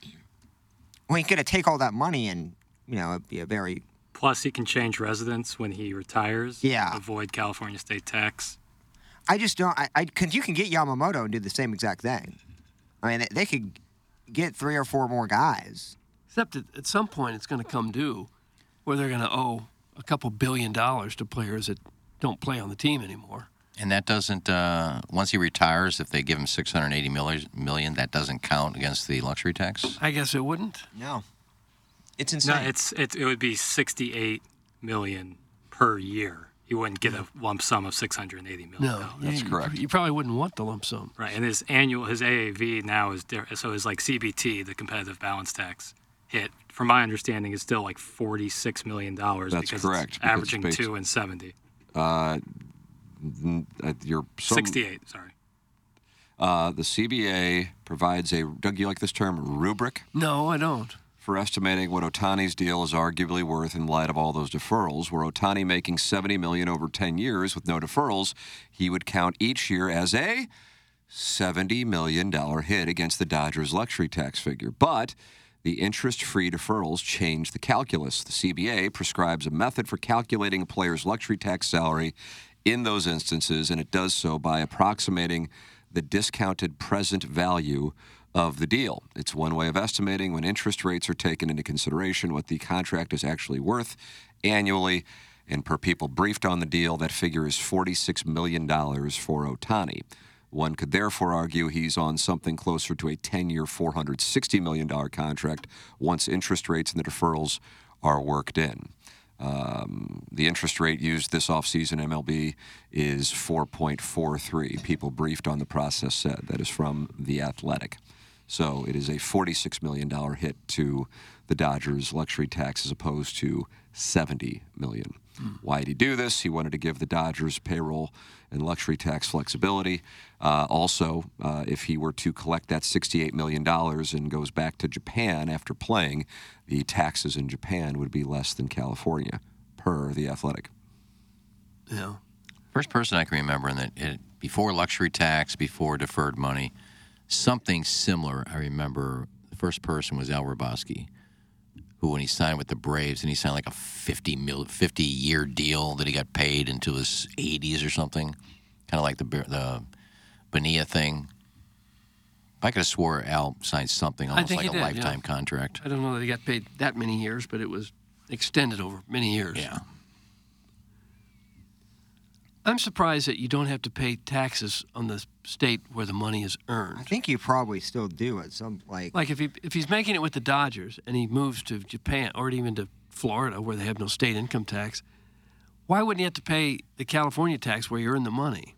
Well, he's going to take all that money and, you know, it'd be a very. Plus, he can change residence when he retires. Yeah. Avoid California state tax. I just don't. I, I cause you can get Yamamoto and do the same exact thing. I mean, they, they could get three or four more guys. Except at, at some point it's going to come due where they're going to owe a couple billion dollars to players that don't play on the team anymore. And that doesn't. Uh, once he retires, if they give him 680 million, million, that doesn't count against the luxury tax. I guess it wouldn't. No. It's No, it's it, it would be 68 million per year. You wouldn't get a lump sum of 680 million. No, that's you- correct. You probably wouldn't want the lump sum. Right, and his annual, his AAV now is different. So his like CBT, the competitive balance tax hit, from my understanding, is still like forty-six million dollars. That's correct, because it's averaging based- two and seventy. Uh, n- uh, you're some- Sixty-eight. Sorry. Uh, the CBA provides a Doug. You like this term rubric No, I don't. for estimating what Otani's deal is arguably worth in light of all those deferrals. Were Otani making 70 million over 10 years with no deferrals, he would count each year as a 70 million dollar hit against the Dodgers luxury tax figure. But the interest-free deferrals change the calculus. The CBA prescribes a method for calculating a player's luxury tax salary in those instances, and it does so by approximating the discounted present value of the deal. It's one way of estimating when interest rates are taken into consideration what the contract is actually worth annually. And per people briefed on the deal, that figure is $46 million for Otani. One could therefore argue he's on something closer to a 10 year, $460 million contract once interest rates and the deferrals are worked in. Um, the interest rate used this offseason MLB is 4.43. People briefed on the process said that is from The Athletic. So it is a $46 million hit to the Dodgers' luxury tax as opposed to $70 million. Why did he do this? He wanted to give the Dodgers payroll and luxury tax flexibility. Uh, also, uh, if he were to collect that $68 million and goes back to Japan after playing, the taxes in Japan would be less than California, per the athletic. Yeah. First person I can remember in that it, before luxury tax, before deferred money, something similar. I remember the first person was Al Roboski, who when he signed with the Braves and he signed like a 50 mil, 50 year deal that he got paid into his 80s or something, kind of like the Ber- the Bonilla thing. If I could have swore Al signed something I almost think like a he did, yeah. lifetime contract. I don't know that he got paid that many years, but it was extended over many years. Yeah. I'm surprised that you don't have to pay taxes on the state where the money is earned. I think you probably still do at some, like. Like if he if he's making it with the Dodgers and he moves to Japan or even to Florida where they have no state income tax, why wouldn't he have to pay the California tax where you earn the money?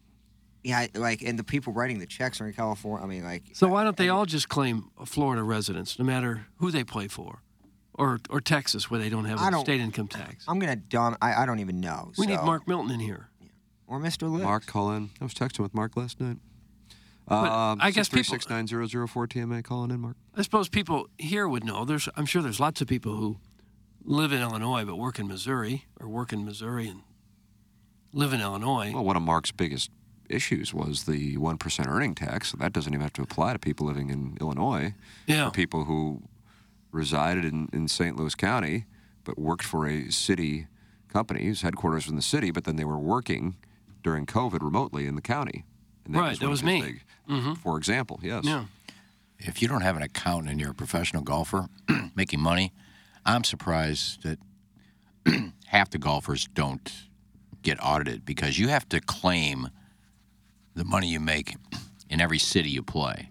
Yeah, like, and the people writing the checks are in California. I mean, like, So why don't they all just claim a Florida residence, no matter who they play for, or or Texas where they don't have I a don't- state income tax? I'm gonna dumb. I, I don't even know. We need so- Mark Milton in here. or Mr. Lips. Mark, call in. I was texting with Mark last night. But Uh, I guess people- 6369004 TMA calling in, Mark. I suppose people here would know. There's, I'm sure there's lots of people who live in Illinois but work in Missouri, or work in Missouri and live in Illinois. Well, one of Mark's biggest issues was the 1% earning tax. So that doesn't even have to apply to people living in Illinois. Yeah. For people who resided in, in St. Louis County but worked for a city company whose headquarters was in the city, but then they were working during COVID remotely in the county. And Right, that one of was his me. big- Mm-hmm. for example, yes. Yeah. if you don't have an accountant and you're a professional golfer making money, I'm surprised that half the golfers don't get audited because you have to claim the money you make in every city you play.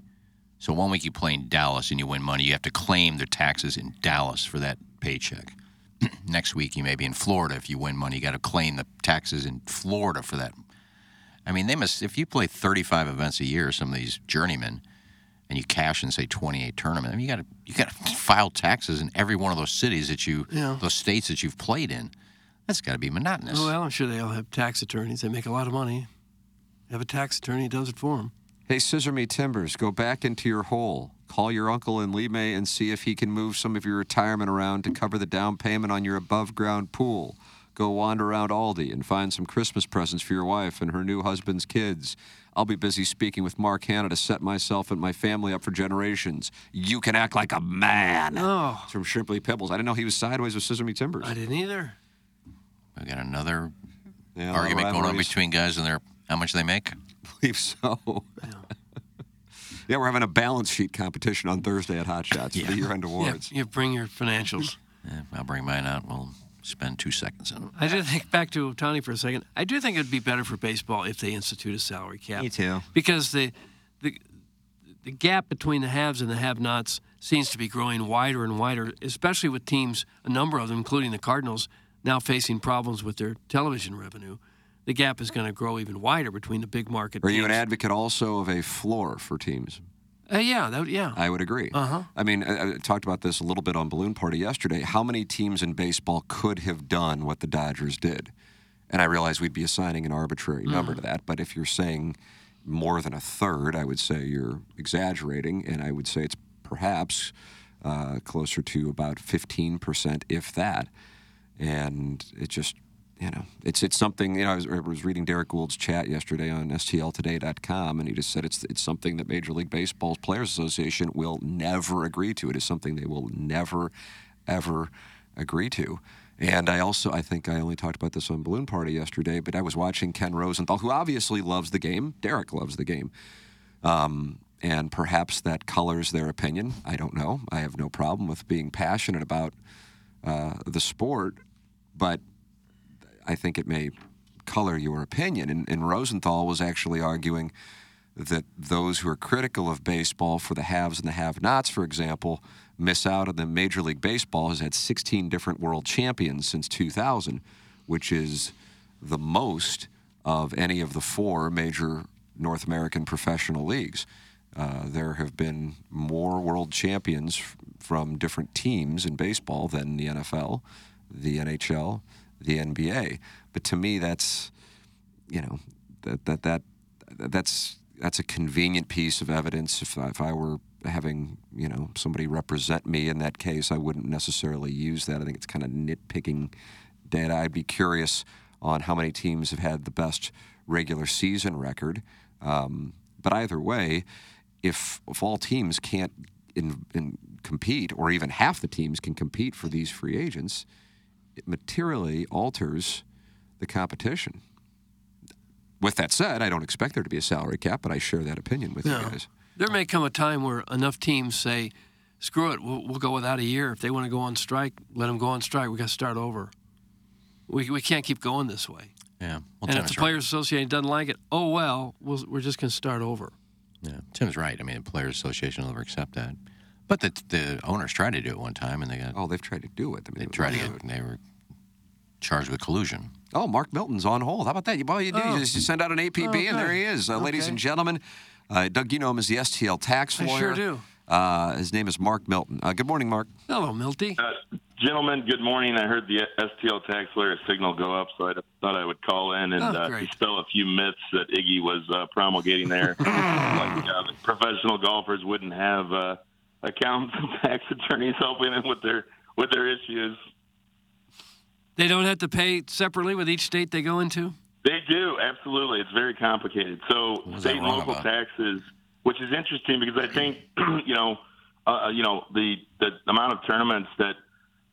So one week you play in Dallas and you win money, you have to claim the taxes in Dallas for that paycheck. Next week you may be in Florida if you win money, you got to claim the taxes in Florida for that. I mean, they must if you play 35 events a year, some of these journeymen and you cash in say 28 tournament. I mean, you got to you got to file taxes in every one of those cities that you Yeah. those states that you've played in. That's got to be monotonous. Oh, Well, I'm sure they all have tax attorneys. They make a lot of money. Have a tax attorney who does it for them. Hey, Scissor Me Timbers, go back into your hole. Call your uncle in Lime and see if he can move some of your retirement around to cover the down payment on your above ground pool. Go wander around Aldi and find some Christmas presents for your wife and her new husband's kids. I'll be busy speaking with Mark Hanna to set myself and my family up for generations. You can act like a man. Oh. It's from Shrimply Pebbles. I didn't know he was sideways with Sesame Timbers. I didn't either. We got another Yeah, argument going on rivalries. between guys and their how much they make. believe so. Yeah, we're having a balance sheet competition on Thursday at Hot Shots for the year-end awards. Yeah, you bring your financials. Yeah, I'll bring mine out. We'll spend two seconds on it. I do think back to Otani for a second. I do think it'd be better for baseball if they institute a salary cap. Me too. Because the the the gap between the haves and the have-nots seems to be growing wider and wider, especially with teams, a number of them, including the Cardinals, now facing problems with their television revenue. The gap is going to grow even wider between the big market. Are you an teams. advocate also of a floor for teams? Uh, yeah, that, yeah. I would agree. Uh-huh. I mean, I, I talked about this a little bit on Balloon Party yesterday. How many teams in baseball could have done what the Dodgers did? And I realize we'd be assigning an arbitrary number to that, but if you're saying more than a third, I would say you're exaggerating, and I would say it's perhaps uh, closer to about 15%, if that. And it just, you know, it's it's something. You know, I was, I was reading Derek Gould's chat yesterday on STLToday.com, and he just said it's it's something that Major League Baseball's Players Association will never agree to. It is something they will never, ever agree to. And I also, I think I only talked about this on Balloon Party yesterday, but I was watching Ken Rosenthal, who obviously loves the game. Derek loves the game. Um, and perhaps that colors their opinion. I don't know. I have no problem with being passionate about uh, the sport, but I think it may color your opinion. And, and Rosenthal was actually arguing that those who are critical of baseball for the haves and the have nots, for example, miss out on the Major League Baseball has had 16 different world champions since 2000, which is the most of any of the four major North American professional leagues. Uh, there have been more world champions f- from different teams in baseball than the NFL, the NHL, the NBA. But to me, that's you know that that that that's that's a convenient piece of evidence. If I- if I were having you know somebody represent me in that case, I wouldn't necessarily use that. I think it's kind of nitpicking data. I'd be curious on how many teams have had the best regular season record. Um, but either way, if if all teams can't in, in compete, or even half the teams can compete for these free agents, it materially alters the competition. With that said, I don't expect there to be a salary cap, but I share that opinion with you No. guys. There may come a time where enough teams say, "Screw it, we'll, we'll go without a year. If they want to go on strike, let them go on strike. We got to start over. We, we can't keep going this way." Yeah. and Tim if the is players' association doesn't like it, oh well, we'll we're just going to start over. right. Yeah. Tim's right. I mean, the Players Association will never accept that. But the, the owners tried to do it one time, and they got. Oh, they've tried to do it. I they mean, tried to get. They were charged with collusion. Oh, Mark Milton's on hold. How about that? You, well, you do. Oh. You just you send out an APB, Oh, and there good. he is. Uh, Ladies Okay. and gentlemen, uh, Doug, you know him as the STL tax I lawyer. sure do. Uh, his name is Mark Milton. Uh, good morning, Mark. Hello, Milty. Uh, gentlemen, good morning. I heard the STL tax lawyer signal go up, so I thought I would call in and Oh, uh, great. dispel a few myths that Iggy was uh, promulgating there. like uh, professional golfers wouldn't have uh, accountants and tax attorneys helping them with their with their issues. They don't have to pay separately with each state they go into. They do, absolutely. It's very complicated. So was I state and wrong local about? taxes, which is interesting because I think you know, uh, you know the the amount of tournaments that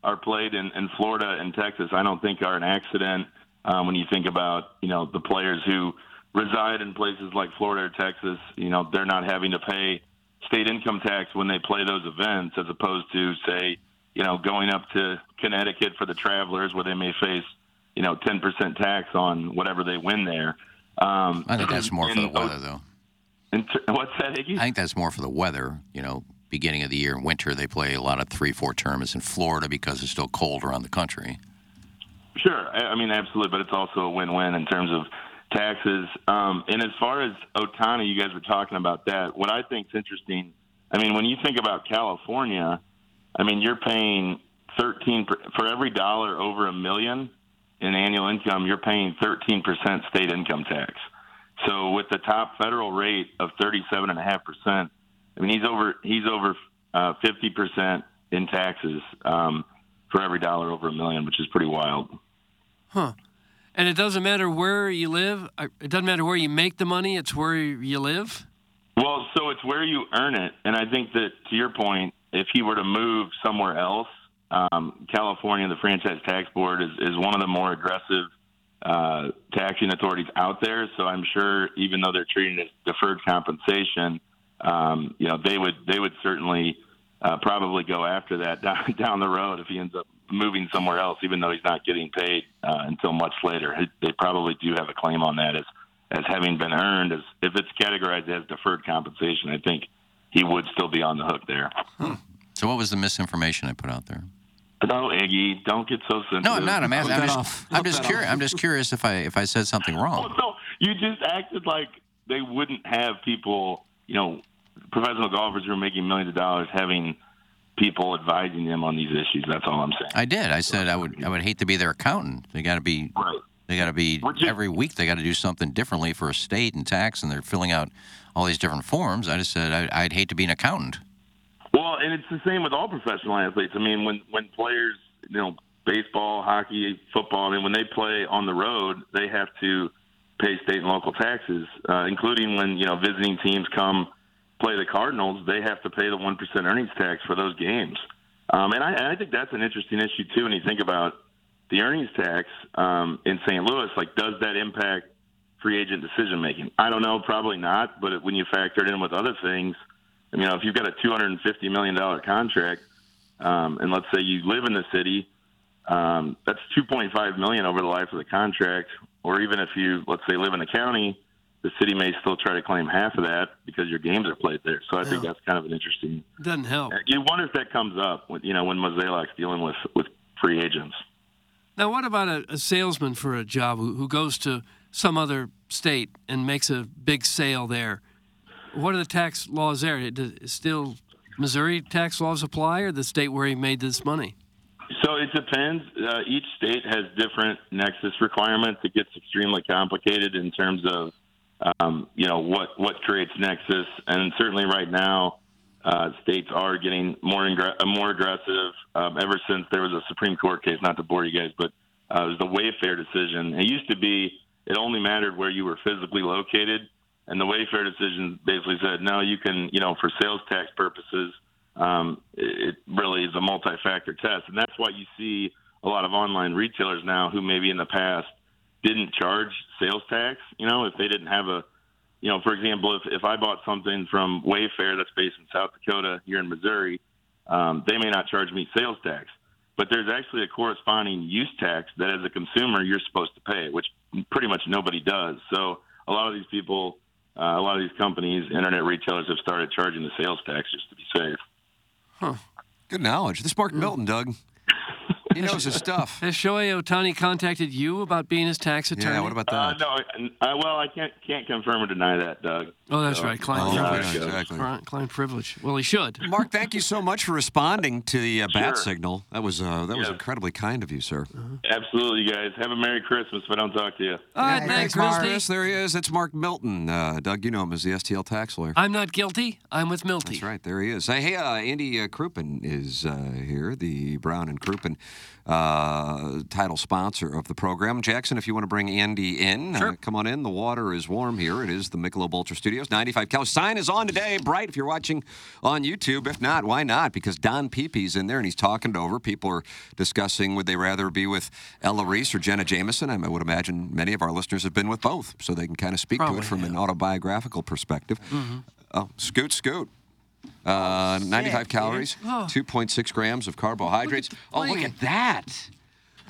are played in, in Florida and Texas, I don't think are an accident. Um, when you think about you know the players who reside in places like Florida or Texas, you know they're not having to pay state income tax when they play those events, as opposed to say you know going up to Connecticut for the Travelers where they may face you know 10% tax on whatever they win there. Um, I think that's more for and- the weather, though. and t- what's that, Iggy? I think that's more for the weather. You know, beginning of the year in winter, they play a lot of three, four tournaments in Florida because it's still cold around the country. Sure. I, I mean, absolutely, but it's also a win-win in terms of taxes. Um, and as far as Otani, you guys were talking about that. What I think is interesting, I mean, when you think about California, I mean, you're paying 13 per, for every dollar over a million in annual income, you're paying 13% state income tax. So with the top federal rate of 37.5%, I mean, he's over he's over uh, 50% in taxes um, for every dollar over a million, which is pretty wild. Huh. And it doesn't matter where you live. I- It doesn't matter where you make the money. It's where you live. Well, so it's where you earn it, and I think that to your point, if he were to move somewhere else, um, California, the franchise tax board is, is one of the more aggressive uh, taxing authorities out there. So I'm sure, even though they're treating it as deferred compensation, um, you know they would they would certainly uh, probably go after that down, down the road if he ends up moving somewhere else, even though he's not getting paid uh, until much later. They probably do have a claim on that as as having been earned. As if it's categorized as deferred compensation, I think he would still be on the hook there. So what was the misinformation I put out there? No, Iggy, don't get so sensitive. No, I'm not. I'm asking. I'm just, I'm just curious. I'm just. just curious if I if I said something wrong. No, you just acted like they wouldn't have people, you know, professional golfers who are making millions of dollars having people advising them on these issues. That's all I'm saying. I did. I said I would. I would hate to be their accountant. They got to be. They got to be every week. They got to do something differently for a state and tax, and they're filling out all these different forms. I just said I, I'd hate to be an accountant. Well, and it's the same with all professional athletes. I mean, when when players, you know, baseball, hockey, football, I mean, when they play on the road, they have to pay state and local taxes, uh, including when you know visiting teams come play the Cardinals, they have to pay the one percent earnings tax for those games. Um, and I, and I think that's an interesting issue too. When you think about the earnings tax um, in St. Louis, like, does that impact free agent decision making? I don't know, probably not. But when you factor it in with other things, I mean, you know, if you've got a two hundred and fifty million dollar contract, um, and let's say you live in the city, um, that's two point five million over the life of the contract. Or even if you, let's say, live in the county, the city may still try to claim half of that because your games are played there. So I think that's kind of an interesting. Doesn't help. You wonder if that comes up when you know when Moselak's dealing with with free agents. Now, what about a, a salesman for a job who, who goes to some other state and makes a big sale there? What are the tax laws there? It- does- Still, Missouri tax laws apply, or the state where he made this money? So it depends. Uh, each state has different nexus requirements. It gets extremely complicated in terms of, um, you know, what what creates nexus. And certainly right now, uh, states are getting more ingre- uh, more aggressive. Um, ever since there was a Supreme Court case, not to bore you guys, but uh, it was the Wayfair decision. It used to be it only mattered where you were physically located, and the Wayfair decision basically said no, you can, you know, for sales tax purposes um, it it really is a multi-factor test, and that's why you see a lot of online retailers now who maybe in the past didn't charge sales tax. You know, if they didn't have a, you know, for example, if if I bought something from Wayfair that's based in South Dakota here in Missouri, um, they may not charge me sales tax, but there's actually a corresponding use tax that as a consumer you're supposed to pay, which pretty much nobody does. So a lot of these people. Uh, a lot of these companies, internet retailers, have started charging the sales tax just to be safe. Huh. Mm. Good knowledge. This Mark Milton, Doug. He knows his stuff. Has Shohei Otani contacted you about being his tax attorney? Uh, no, I, I, well, I can't can't confirm or deny that, Doug. Oh, that's right. Client yeah, privilege. there it goes. Client, client privilege. Well, he should. Mark, thank you so much for responding to the uh, bat signal. That was uh, that was Yeah. incredibly kind of you, sir. Uh-huh. Absolutely, you guys. Have a Merry Christmas if I don't talk to you. All right, thanks, Mark. Christy. Chris, there he is. That's Mark Milton. Uh, Doug, you know him as the STL tax lawyer. I'm not guilty. I'm with Milty. That's right. There he is. Hey, hey, uh, Andy uh, Crouppen is uh, here, the Brown and Crouppen uh, title sponsor of the program. Jackson, if you want to bring Andy in, uh, come on in. The water is warm here. It is the Michelob Ultra Studios. 95 Cal. Sign is on today. Bright, if you're watching on YouTube. If not, why not? Because Don Peepee's in there and he's talking to over. People are discussing would they rather be with Ella Reese or Jenna Jameson. I would imagine many of our listeners have been with both, so they can kind of speak to it from an autobiographical perspective. Oh, scoot, scoot. Uh, 95 calories, Oh. 2.6 grams of carbohydrates. oh, look plane. at that.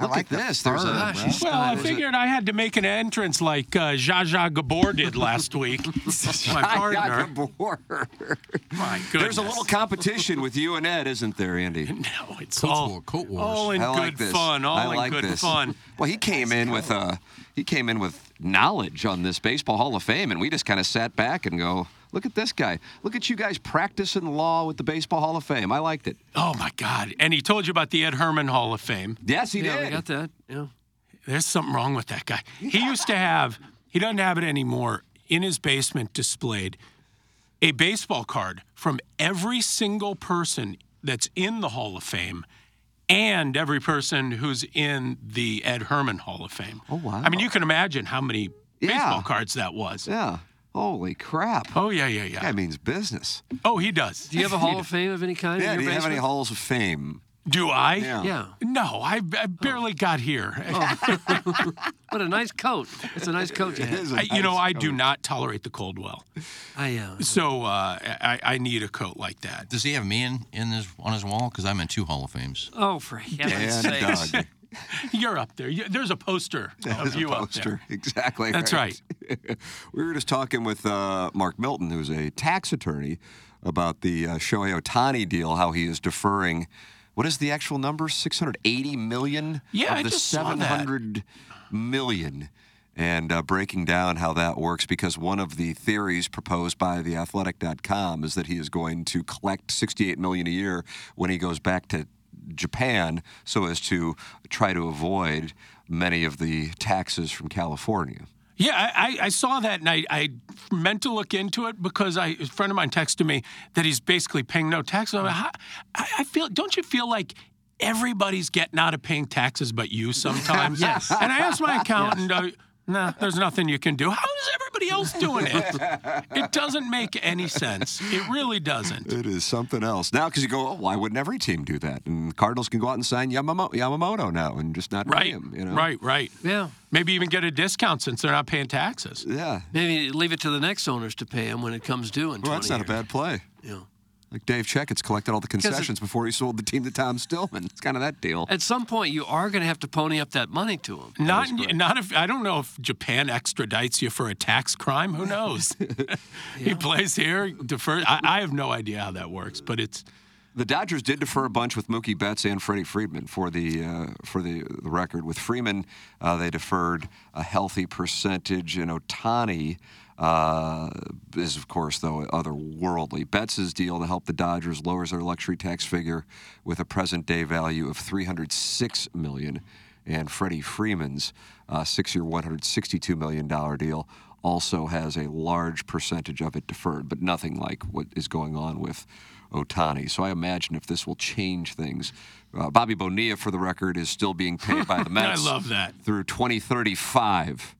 Look at this. There's a. well, I there's a- figured I had to make an entrance like uh, Zsa Zsa Gabor did last week. my Zsa Zsa partner. My There's a little competition with you and Ed, isn't there, Andy? No, it's all- war, Coat Wars. all in good fun, all I in like good this. fun. Well, he came in with uh, he came in with knowledge on this baseball Hall of Fame, and we just kind of sat back and go, look at this guy. Look at you guys practicing law with the baseball Hall of Fame. I liked it. Oh my God! And he told you about the Ed Herman Hall of Fame. Yes, he yeah, did. I got that. Yeah. There's something wrong with that guy. He used to have. He doesn't have it anymore. In his basement, displayed a baseball card from every single person that's in the Hall of Fame and every person who's in the Ed Herman Hall of Fame. Oh, wow. I mean, you can imagine how many baseball cards that was. Yeah. Holy crap. Oh, yeah, yeah, yeah. That means business. Oh, he does. Do you have a Hall of Fame of any kind? in Yeah, your do you have any basement? halls of fame? Do I? Yeah. Yeah. No, I, I barely got here. Oh. What a nice coat. It's a nice coat you have. I- you know, I do not tolerate the cold well. I am. So uh, I, I need a coat like that. Does he have me in, in his on his wall? Because I'm in two Hall of Fames. Oh, for heaven's sakes. You're up there. You- There's a poster of There's a Oh, you up poster. there. Exactly. That's right. we were just talking with uh, Mark Milton, who's a tax attorney, about the uh, Shohei Otani deal, how he is deferring. What is the actual number? 680 million Yeah, of I the just saw that. 700 million. And uh, breaking down how that works, because one of the theories proposed by the Athletic.com is that he is going to collect 68 million a year when he goes back to Japan, so as to try to avoid many of the taxes from California. Yeah, I, I I saw that and I, I meant to look into it because I, a friend of mine texted me that he's basically paying no taxes. I'm like, "How- I, I feel, don't you feel like everybody's getting out of paying taxes but you sometimes? Yes. And I asked my accountant, uh, nah, there's nothing you can do. How is everybody else doing it? it doesn't make any sense. It really doesn't. It is something else now because you go, oh, why wouldn't every team do that? And the Cardinals can go out and sign Yamamo- Yamamoto now and just not pay Right, him. You know, right, right. Yeah. Maybe even get a discount since they're not paying taxes. Yeah. Maybe leave it to the next owners to pay him when it comes due in Well, 20 that's not a years. bad play. Yeah. Like Dave Checkitts collected all the it- concessions before he sold the team to Tom Stillman. It's kind of that deal. At some point, you are going to have to pony up that money to him. Not, not if I don't know if Japan extradites you for a tax crime. Who knows? He plays here, defers. I, I have no idea how that works, but it's The Dodgers did defer a bunch with Mookie Betts and Freddie Freeman for the uh, for the, the record. With Freeman, uh, they deferred a healthy percentage, and Otani uh, is, of course, though otherworldly. Betts' deal to help the Dodgers lowers their luxury tax figure with a present-day value of 306 million, and Freddie Freeman's uh, six-year, 162 million dollar deal also has a large percentage of it deferred, but nothing like what is going on with Otani. So I imagine if this will change things. Uh, Bobby Bonilla, for the record, is still being paid by I the Mets. love that. Through 2035.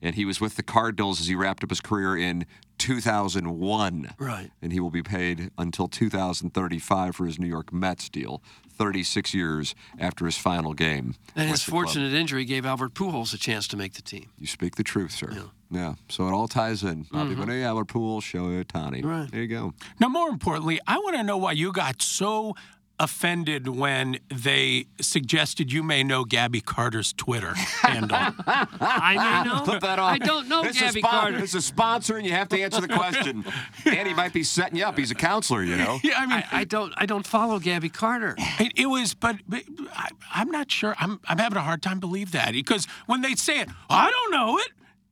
And he was with the Cardinals as he wrapped up his career in 2001. Right. And he will be paid until 2035 for his New York Mets deal, 36 years after his final game. And his with the club. fortunate injury gave Albert Pujols a chance to make the team. You speak the truth, sir. Yeah. So it all ties in. Bobby Bonilla, Albert Poole, Shohei Otani. Mm-hmm. Right. There you go. now more importantly, I want to know why you got so offended when they suggested you may know Gabby Carter's Twitter handle. I may know. Flip that off. I don't know It's a Gabby spon- Carter. It's a sponsor, and you have to answer the question. and he might be setting you up. He's a counselor, you know. yeah, I mean, I, I don't. I don't follow Gabby Carter. It, it was, but, but I, I'm not sure. I'm, I'm having a hard time believe that because when they say it, I don't know it.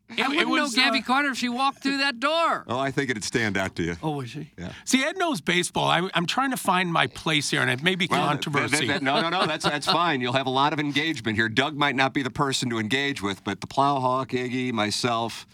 It, I it wouldn't was, know Gabby uh, Carter if she walked through that door. Oh, I think it'd stand out to you. Oh, was she? See, Ed knows baseball. I, I'm trying to find my place here, and it may be controversy. that- that- no, no, no. That's that's fine. You'll have a lot of engagement here. Doug might not be the person to engage with, but the Plowhawk, Iggy, myself.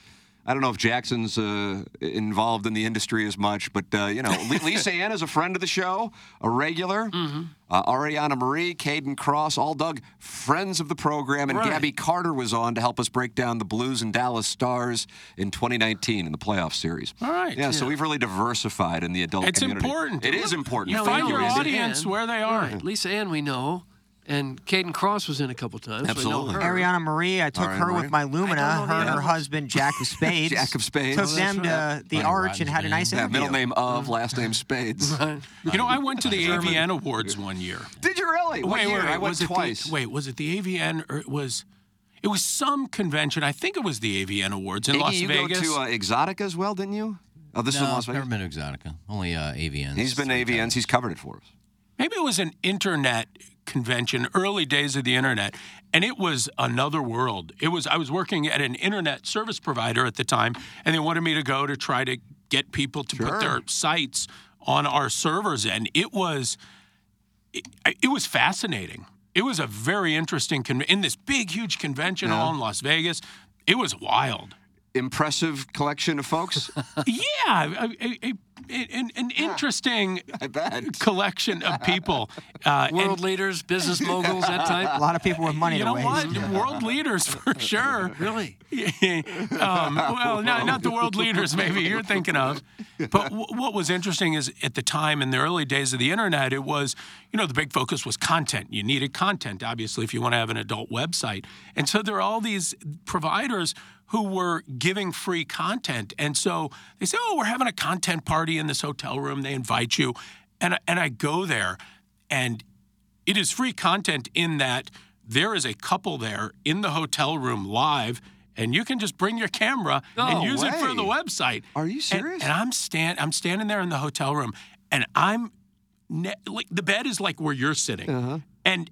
I don't know if Jackson's uh, involved in the industry as much, but uh, you know, Li- Lisa Ann is a friend of the show, a regular. Mm-hmm. Uh, Ariana Marie, Caden Cross, all Doug friends of the program, and Right. Gabby Carter was on to help us break down the Blues and Dallas Stars in 2019 in the playoff series. All right. Yeah, so we've really diversified in the adult It's community. important. It is important. You Now, we find know your Lisa audience Ann. where they are. Right. Lisa Ann, we know, and Caden Cross was in a couple times. Absolutely. So I know her. Ariana Marie, I took Ariana her Marie. with my Lumina. I don't know Her and the her others. husband Jack of Spades. Jack of Spades. Took Oh, them to the Arch and had a nice Yeah, interview. middle name of, last name Spades. You know, I went to the AVN Awards one year. Did you really? What year? I went was it the- twice. wait, was it the AVN or it was? It was some convention. I think it was the AVN Awards in Iggy, Las you Vegas. go to uh, Exotica as well, didn't you? Oh, this no, is in Las Vegas. Never been to Exotica. Only uh, AVNs. He's been to three AVNs. times. He's covered it for us. Maybe it was an internet convention, early days of the internet, and it was another world. It was I was working at an internet service provider at the time, and they wanted me to go to try to get people to Sure. put their sites on our servers, and it was it, it was fascinating. It was a very interesting con- in this big, huge convention all in Las Vegas. It was wild. Impressive collection of folks. yeah, a, a, a, an, an- an interesting collection of people. Uh, World leaders, business moguls, that type. A lot of people with money to You know waste. what? World leaders for sure. Really? um, well, not, not the world leaders maybe you're thinking of. But w- what was interesting is at the time in the early days of the internet, it was, you know, the big focus was content. You needed content, obviously, if you want to have an adult website. And so there are all these providers who were giving free content. And so they say, oh, we're having a content party in this hotel room. They invite you. And, I- and I go there, and it is free content in that there is a couple there in the hotel room live, and you can just bring your camera and No use it for the way. website. Are you And- serious? And, I'm stand I'm standing there in the hotel room, and I'm ne- like the bed is like where you're sitting, Uh-huh. and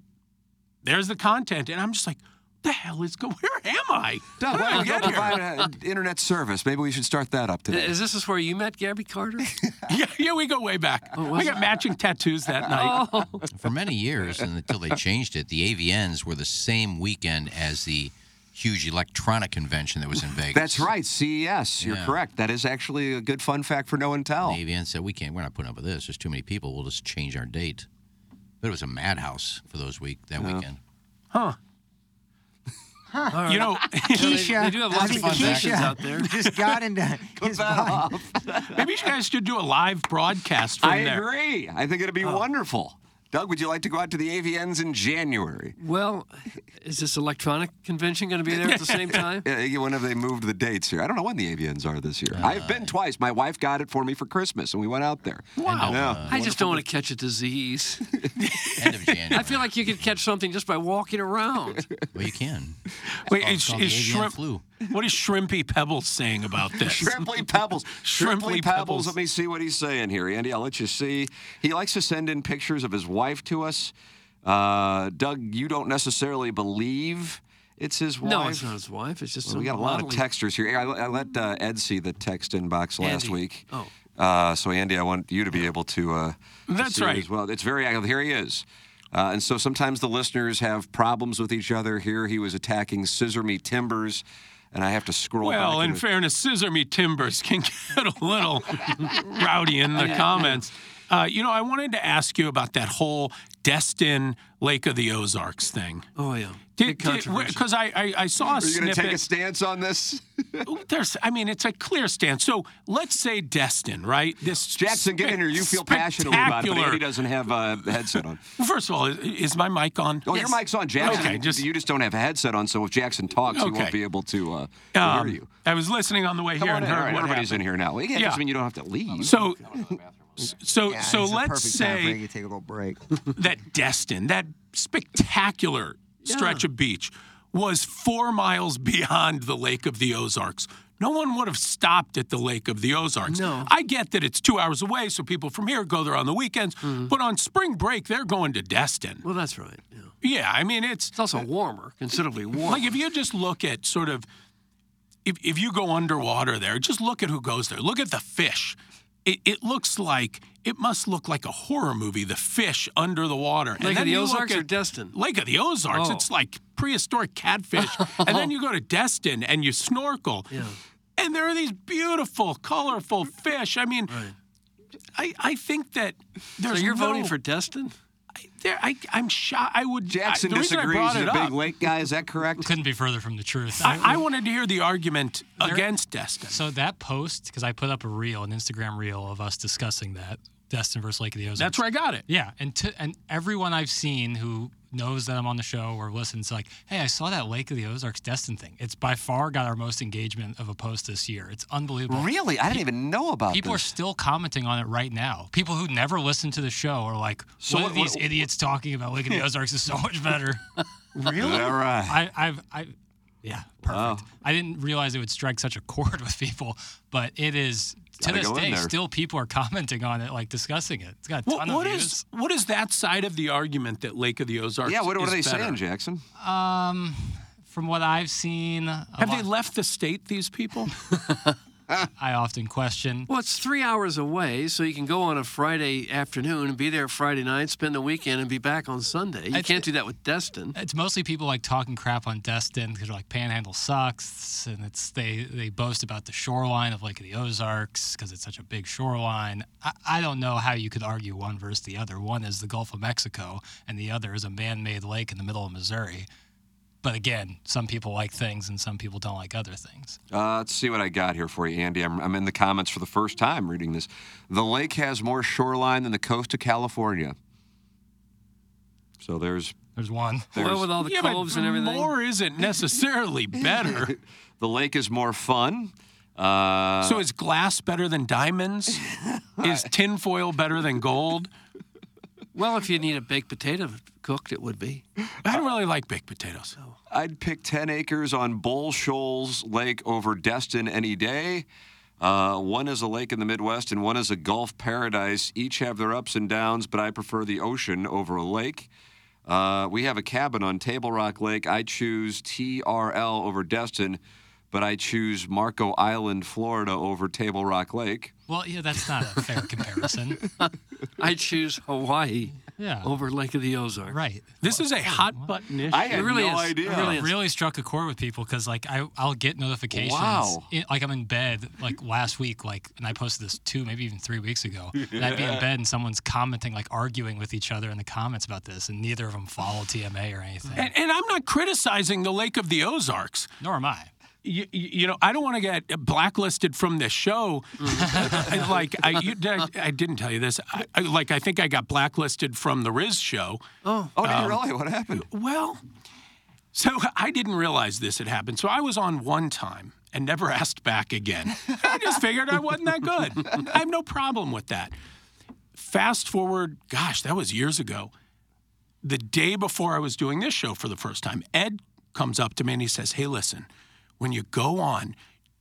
there's the content, and I'm just like, the hell is going? Where am I? Doug, How why did don't I we go get here? provide an internet service? Maybe we should start that up today. Is this is where you met Gabby Carter? Oh, yeah, yeah, we go way back. was we got it? Oh. matching tattoos that night. For many years, and until they changed it, the AVNs were the same weekend as the huge electronic convention that was in Vegas. That's right, CES. You're Yeah. correct. That is actually a good fun fact for no one tell. The AVN said, "We can't. We're not putting up with this. There's too many people. We'll just change our date." But it was a madhouse for those week that weekend. Huh. You know, Keisha, I think Keisha just got into his body. Maybe you guys should do a live broadcast from I there. Oh. agree. I think it'd be wonderful. Doug, would you like to go out to the AVNs in January? Well, is this electronic convention going to be there at the same time? Uh, you- When have they moved the dates here? I don't know when the AVNs are this year. I've been twice. My wife got it for me for Christmas, and uh, we went out there. Uh, Wow. Yeah. I just don't want to catch a disease. End of January. I feel like you could catch something just by walking around. Well, you can. Oh, Wait, It's is, called- is it's called the shrimp? avian flu. What is Shrimpy Pebbles saying about this? Shrimply Pebbles. Shrimply Shrimply Pebbles. Pebbles. Let me see what he's saying here, Andy. I'll let you see. He likes to send in pictures of his wife to us. Uh, Doug, you don't necessarily believe it's his wife. No, it's not his wife. It's just Well, some we got a lot of modeling. texters here. I, I let uh, Ed see the text inbox last Andy. week. Oh. Uh, so Andy, I want you to be able to. Uh, to That's see it right. As well, it's very active. Here he is. Uh, and so sometimes the listeners have problems with each other. Here he was attacking Scissor Me Timbers, and I have to scroll. Well, back in into- fairness, Scissor Me Timbers can get a little rowdy in the comments. Uh, you know, I wanted to ask you about that whole Destin Lake of the Ozarks thing. Oh yeah. Big controversy. Because I, I, I saw a Are you going to snippet. take a stance on this? There's, I mean, it's a clear stance. So let's say Destin, right? This Jackson, get in here. You feel passionately about it, but spectacular- Andy doesn't have a headset on. Well, First of all, is, is my mic on? Oh, your mic's on, Jackson. Okay, just you just don't have a headset on, so if Jackson talks, he won't Okay. be able to, uh, to um, hear you. I was listening on the way Come here on and in. heard All right, what everybody's happened. in here now. Yeah, Yeah. doesn't mean you don't have to leave. So, so, Yeah, so it's the let's perfect time for you to say take a little break. that Destin, that spectacular stretch of beach, was four miles beyond the Lake of the Ozarks. No one would have stopped at the Lake of the Ozarks. No. I get that it's two hours away, so people from here go there on the weekends. Mm-hmm. But on spring break, they're going to Destin. Well, that's right. Yeah. Yeah, I mean, it's It's also warmer, considerably warmer. like if you just look at sort of, if, if you go underwater there, just look at who goes there. Look at the fish. It, it looks like, it must look like a horror movie, the fish under the water. And Lake of then the you look Ozarks or at- Destin? Lake of the Ozarks. Oh. It's like prehistoric catfish. and then you go to Destin and you snorkel. And there are these beautiful, colorful fish. I mean, I, I think that So there's you're no- voting for Destin? there, I, I'm shocked. I would. Jackson I, the reason I disagrees. brought He's it a big up, lake guy. Is that correct? couldn't be further from the truth. I, I wanted to hear the argument against Destin. so that post, because I put up a reel, an Instagram reel of us discussing that Destin versus Lake of the Ozarks. That's where I got it. Yeah, and to, and everyone I've seen who knows that I'm on the show or listens, like, hey, I saw that Lake of the Ozarks Destin thing. It's by far got our most engagement of a post this year. It's unbelievable. Really? I didn't even know about People are this. still commenting on it right now. People who never listened to the show are like, So what what- are these what- idiots talking about? Lake of the Ozarks is so much better. really? All right. I, I've, I, yeah, perfect. I didn't realize it would strike such a chord with people, but it is to Gotta this go in day there. still people are commenting on it, like discussing it. It's got a What, ton what of views. is what is that side of the argument that Lake of the Ozarks? Yeah, what, what is are they better? saying, Jackson? um, from what I've seen, a Have lot- they left the state? These people? I often question. Well, it's three hours away, so you can go on a Friday afternoon and be there Friday night, spend the weekend, and be back on Sunday. You can't do that with Destin. It's mostly people like talking crap on Destin because like Panhandle sucks, and it's they they boast about the shoreline of Lake of the Ozarks because it's such a big shoreline. I, I don't know how you could argue one versus the other. One is the Gulf of Mexico, and the other is a man-made lake in the middle of Missouri. But again, some people like things, and some people don't like other things. Uh, let's see what I got here for you, Andy. I'm, I'm in the comments for the first time reading this. The lake has more shoreline than the coast of California. So there's there's one. well, with all the Yeah, but coves and everything. More isn't necessarily better. the lake is more fun. Uh, so is glass better than diamonds? is tinfoil better than gold? Well, if you need a baked potato cooked, it would be. I don't really like baked potatoes. I'd pick 10 acres on Bull Shoals Lake over Destin any day. Uh, one is a lake in the Midwest and one is a Gulf paradise. Each have their ups and downs, but I prefer the ocean over a lake. Uh, we have a cabin on Table Rock Lake. I choose TRL over Destin, but I choose Marco Island, Florida over Table Rock Lake. Well, yeah, that's not a fair comparison. I choose Hawaii Yeah. over Lake of the Ozarks. Right. This is a hot button issue. I had It really no is. It idea. really It is. really struck a chord with people because like I I'll get notifications. Wow. in- like I'm in bed like last week like and I posted this two maybe even three weeks ago. And I'd be in bed and someone's commenting like arguing with each other in the comments about this and neither of them follow TMA or anything. And, and I'm not criticizing the Lake of the Ozarks. Nor am I. You, you know, I don't want to get blacklisted from this show. like, I, you, did I, I didn't tell you this. I, I, like, I think I got blacklisted from the Riz show. Oh. Oh, did you really? What happened? Um, Well, so I didn't realize this had happened. So I was on one time and never asked back again. I just figured I wasn't that good. I have no problem with that. Fast forward, gosh, that was years ago. The day before I was doing this show for the first time, Ed comes up to me and he says, Hey, listen, when you go on,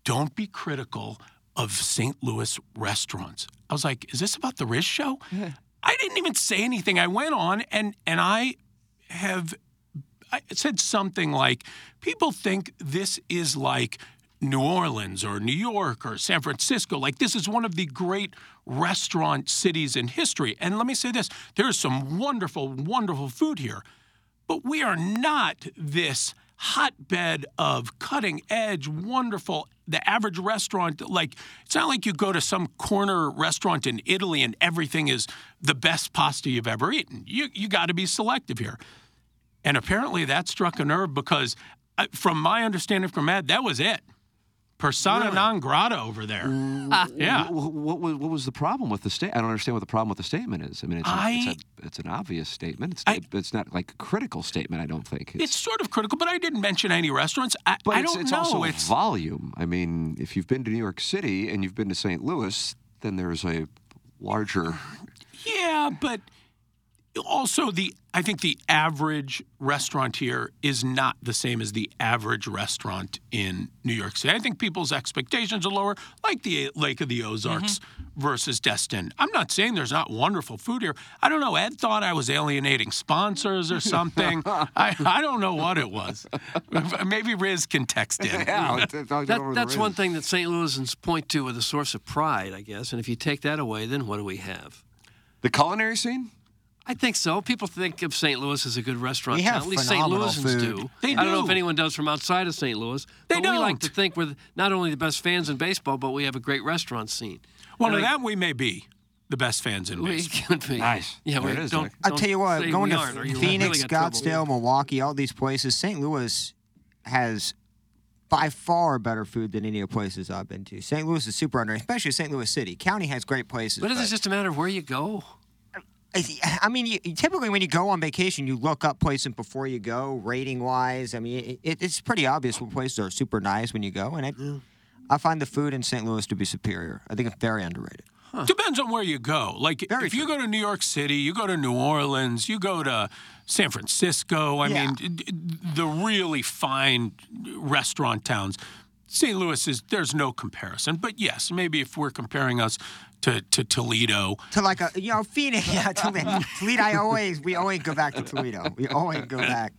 don't be critical of St. Louis restaurants. I was like, Is this about the Riz show? I didn't even say anything. I went on and and I have I said something like, people think this is like New Orleans or New York or San Francisco. Like this is one of the great restaurant cities in history. And let me say this: there's some wonderful, wonderful food here. But we are not this hotbed of cutting edge, wonderful. The average restaurant, like, it's not like you go to some corner restaurant in Italy and everything is the best pasta you've ever eaten. You, you got to be selective here. And apparently that struck a nerve because, uh, from my understanding from Ed, that was it. Persona non grata over there. Mm. yeah. What, what, was- what was the problem with the state? I don't understand what the problem with the statement is. I mean, it's, an- I- it's, a, it's an obvious statement. It's, it's not like a critical statement, I don't think. It's sort of critical, but I didn't mention any restaurants. I, But I it's, don't it's know. also it's volume. I mean, if you've been to New York City and you've been to St. Louis, then there's a larger. Yeah, but also the I think the average restaurant here is not the same as the average restaurant in New York City. I think people's expectations are lower, like the Lake of the Ozarks versus Destin. I'm not saying there's not wonderful food here. I don't know. Ed thought I was alienating sponsors or something. I, I don't know what it was. Maybe Riz can text in. That, that's one thing that St. Louisans point to with a source of pride, I guess. And if you take that away, then what do we have? The culinary scene? I think so. People think of St. Louis as a good restaurant. We town. have At least St. phenomenal Louisans food. do. They I don't know do. if anyone does from outside of St. Louis. They but we like to think we're not only the best fans in baseball, but we have a great restaurant scene. Well, And now I- that we may be the best fans in We baseball. could be. Nice. Yeah, we There it is, don't- Nick. I tell you what, say going we to aren't, or you'll Phoenix, really got Scottsdale, trouble. Milwaukee, all these places, St. Louis has by far better food than any of the places I've been to. St. Louis is super under, especially St. Louis City. County has great places. But is it just a matter of where you go? I th- I mean, you, you- typically when you go on vacation, you look up places before you go, rating wise. I mean, it, it's pretty obvious what places are super nice when you go, and I, Mm. I find the food in St. Louis to be superior. I think it's very underrated. Depends on where you go. Like if you go to New York City, you go to New Orleans, you go to San Francisco. I Yeah. mean, d- d- the really fine restaurant towns. St. Louis is there's no comparison. But yes, maybe if we're comparing us to, to Toledo. to like a you know Phoenix. Yeah, Toledo. Toledo. I always we always go back to Toledo. We always go back.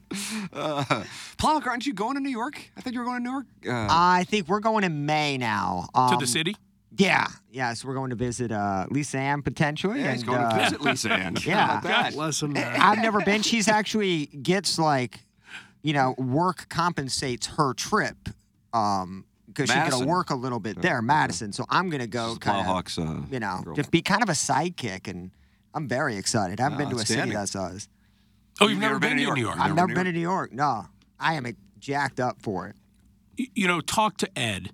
Uh, Pollock, aren't you going to New York? I thought you were going to New York. Uh, I think we're going in May now. To the Um, city? Yeah, yeah. So we're going to visit uh, Lisa Ann potentially. Yeah, he's and, going to uh, visit Lisa Ann. How Yeah, about that? God bless him. I've never been. She's actually gets like, you know, work compensates her trip. Um, because she's gonna Madison. work a little bit Yeah. there, Madison. So I'm gonna go kind of, Plowhawks. Uh, you know, girl. just be kind of a sidekick, and I'm very excited. I haven't been to a city Outstanding. that size. Oh, you've, never, been, to New York. I've never been to New York. No, I am uh, jacked up for it. y- you know, talk to Ed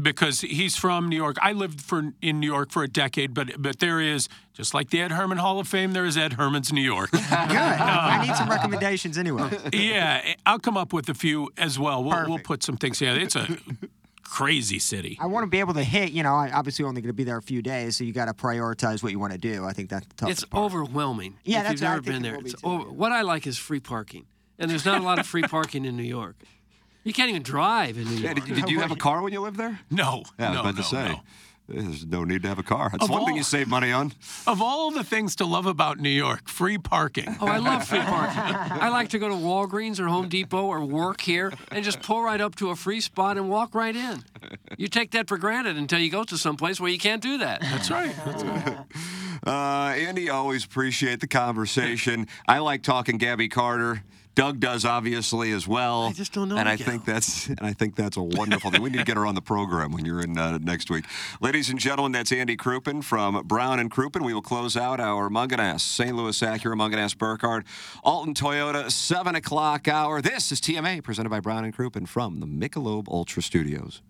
because he's from New York. I lived for in New York for a decade, but but there is just like the Ed Herman Hall of Fame, there is Ed Herman's New York. Good. I need some recommendations anyway. yeah, I'll come up with a few as well. We'll, we'll put some things together. It's a crazy city. I want to be able to hit. You know, I obviously only going to be there a few days, so you got to prioritize what you want to do. I think that's the toughest. It's overwhelming. Yeah, if that's you've what I never been think it there. will be It's over- what I like is free parking, and there's not a lot of free parking in New York. You can't even drive in New Yeah, York. did, did you have a car when you lived there? No. Yeah, I was no, about no, to say. no. There's no need to have a car. That's Of one thing all- you save money on. Of all the things to love about New York, free parking. Oh, I love free parking. I like to go to Walgreens or Home Depot or work here and just pull right up to a free spot and walk right in. You take that for granted until you go to someplace where you can't do that. That's right. That's right. Uh, Andy, always appreciate the conversation. I like talking Gabby Carter. Doug does obviously as well. I just don't know And I Miguel. think that's and I think that's a wonderful thing. We need to get her on the program when you're in uh, next week, ladies and gentlemen. That's Andy Crouppen from Brown and Crouppen. We will close out our Munganass St. Louis Acura Munganass Burkhardt Alton Toyota seven o'clock hour. This is TMA presented by Brown and Crouppen from the Michelob Ultra Studios.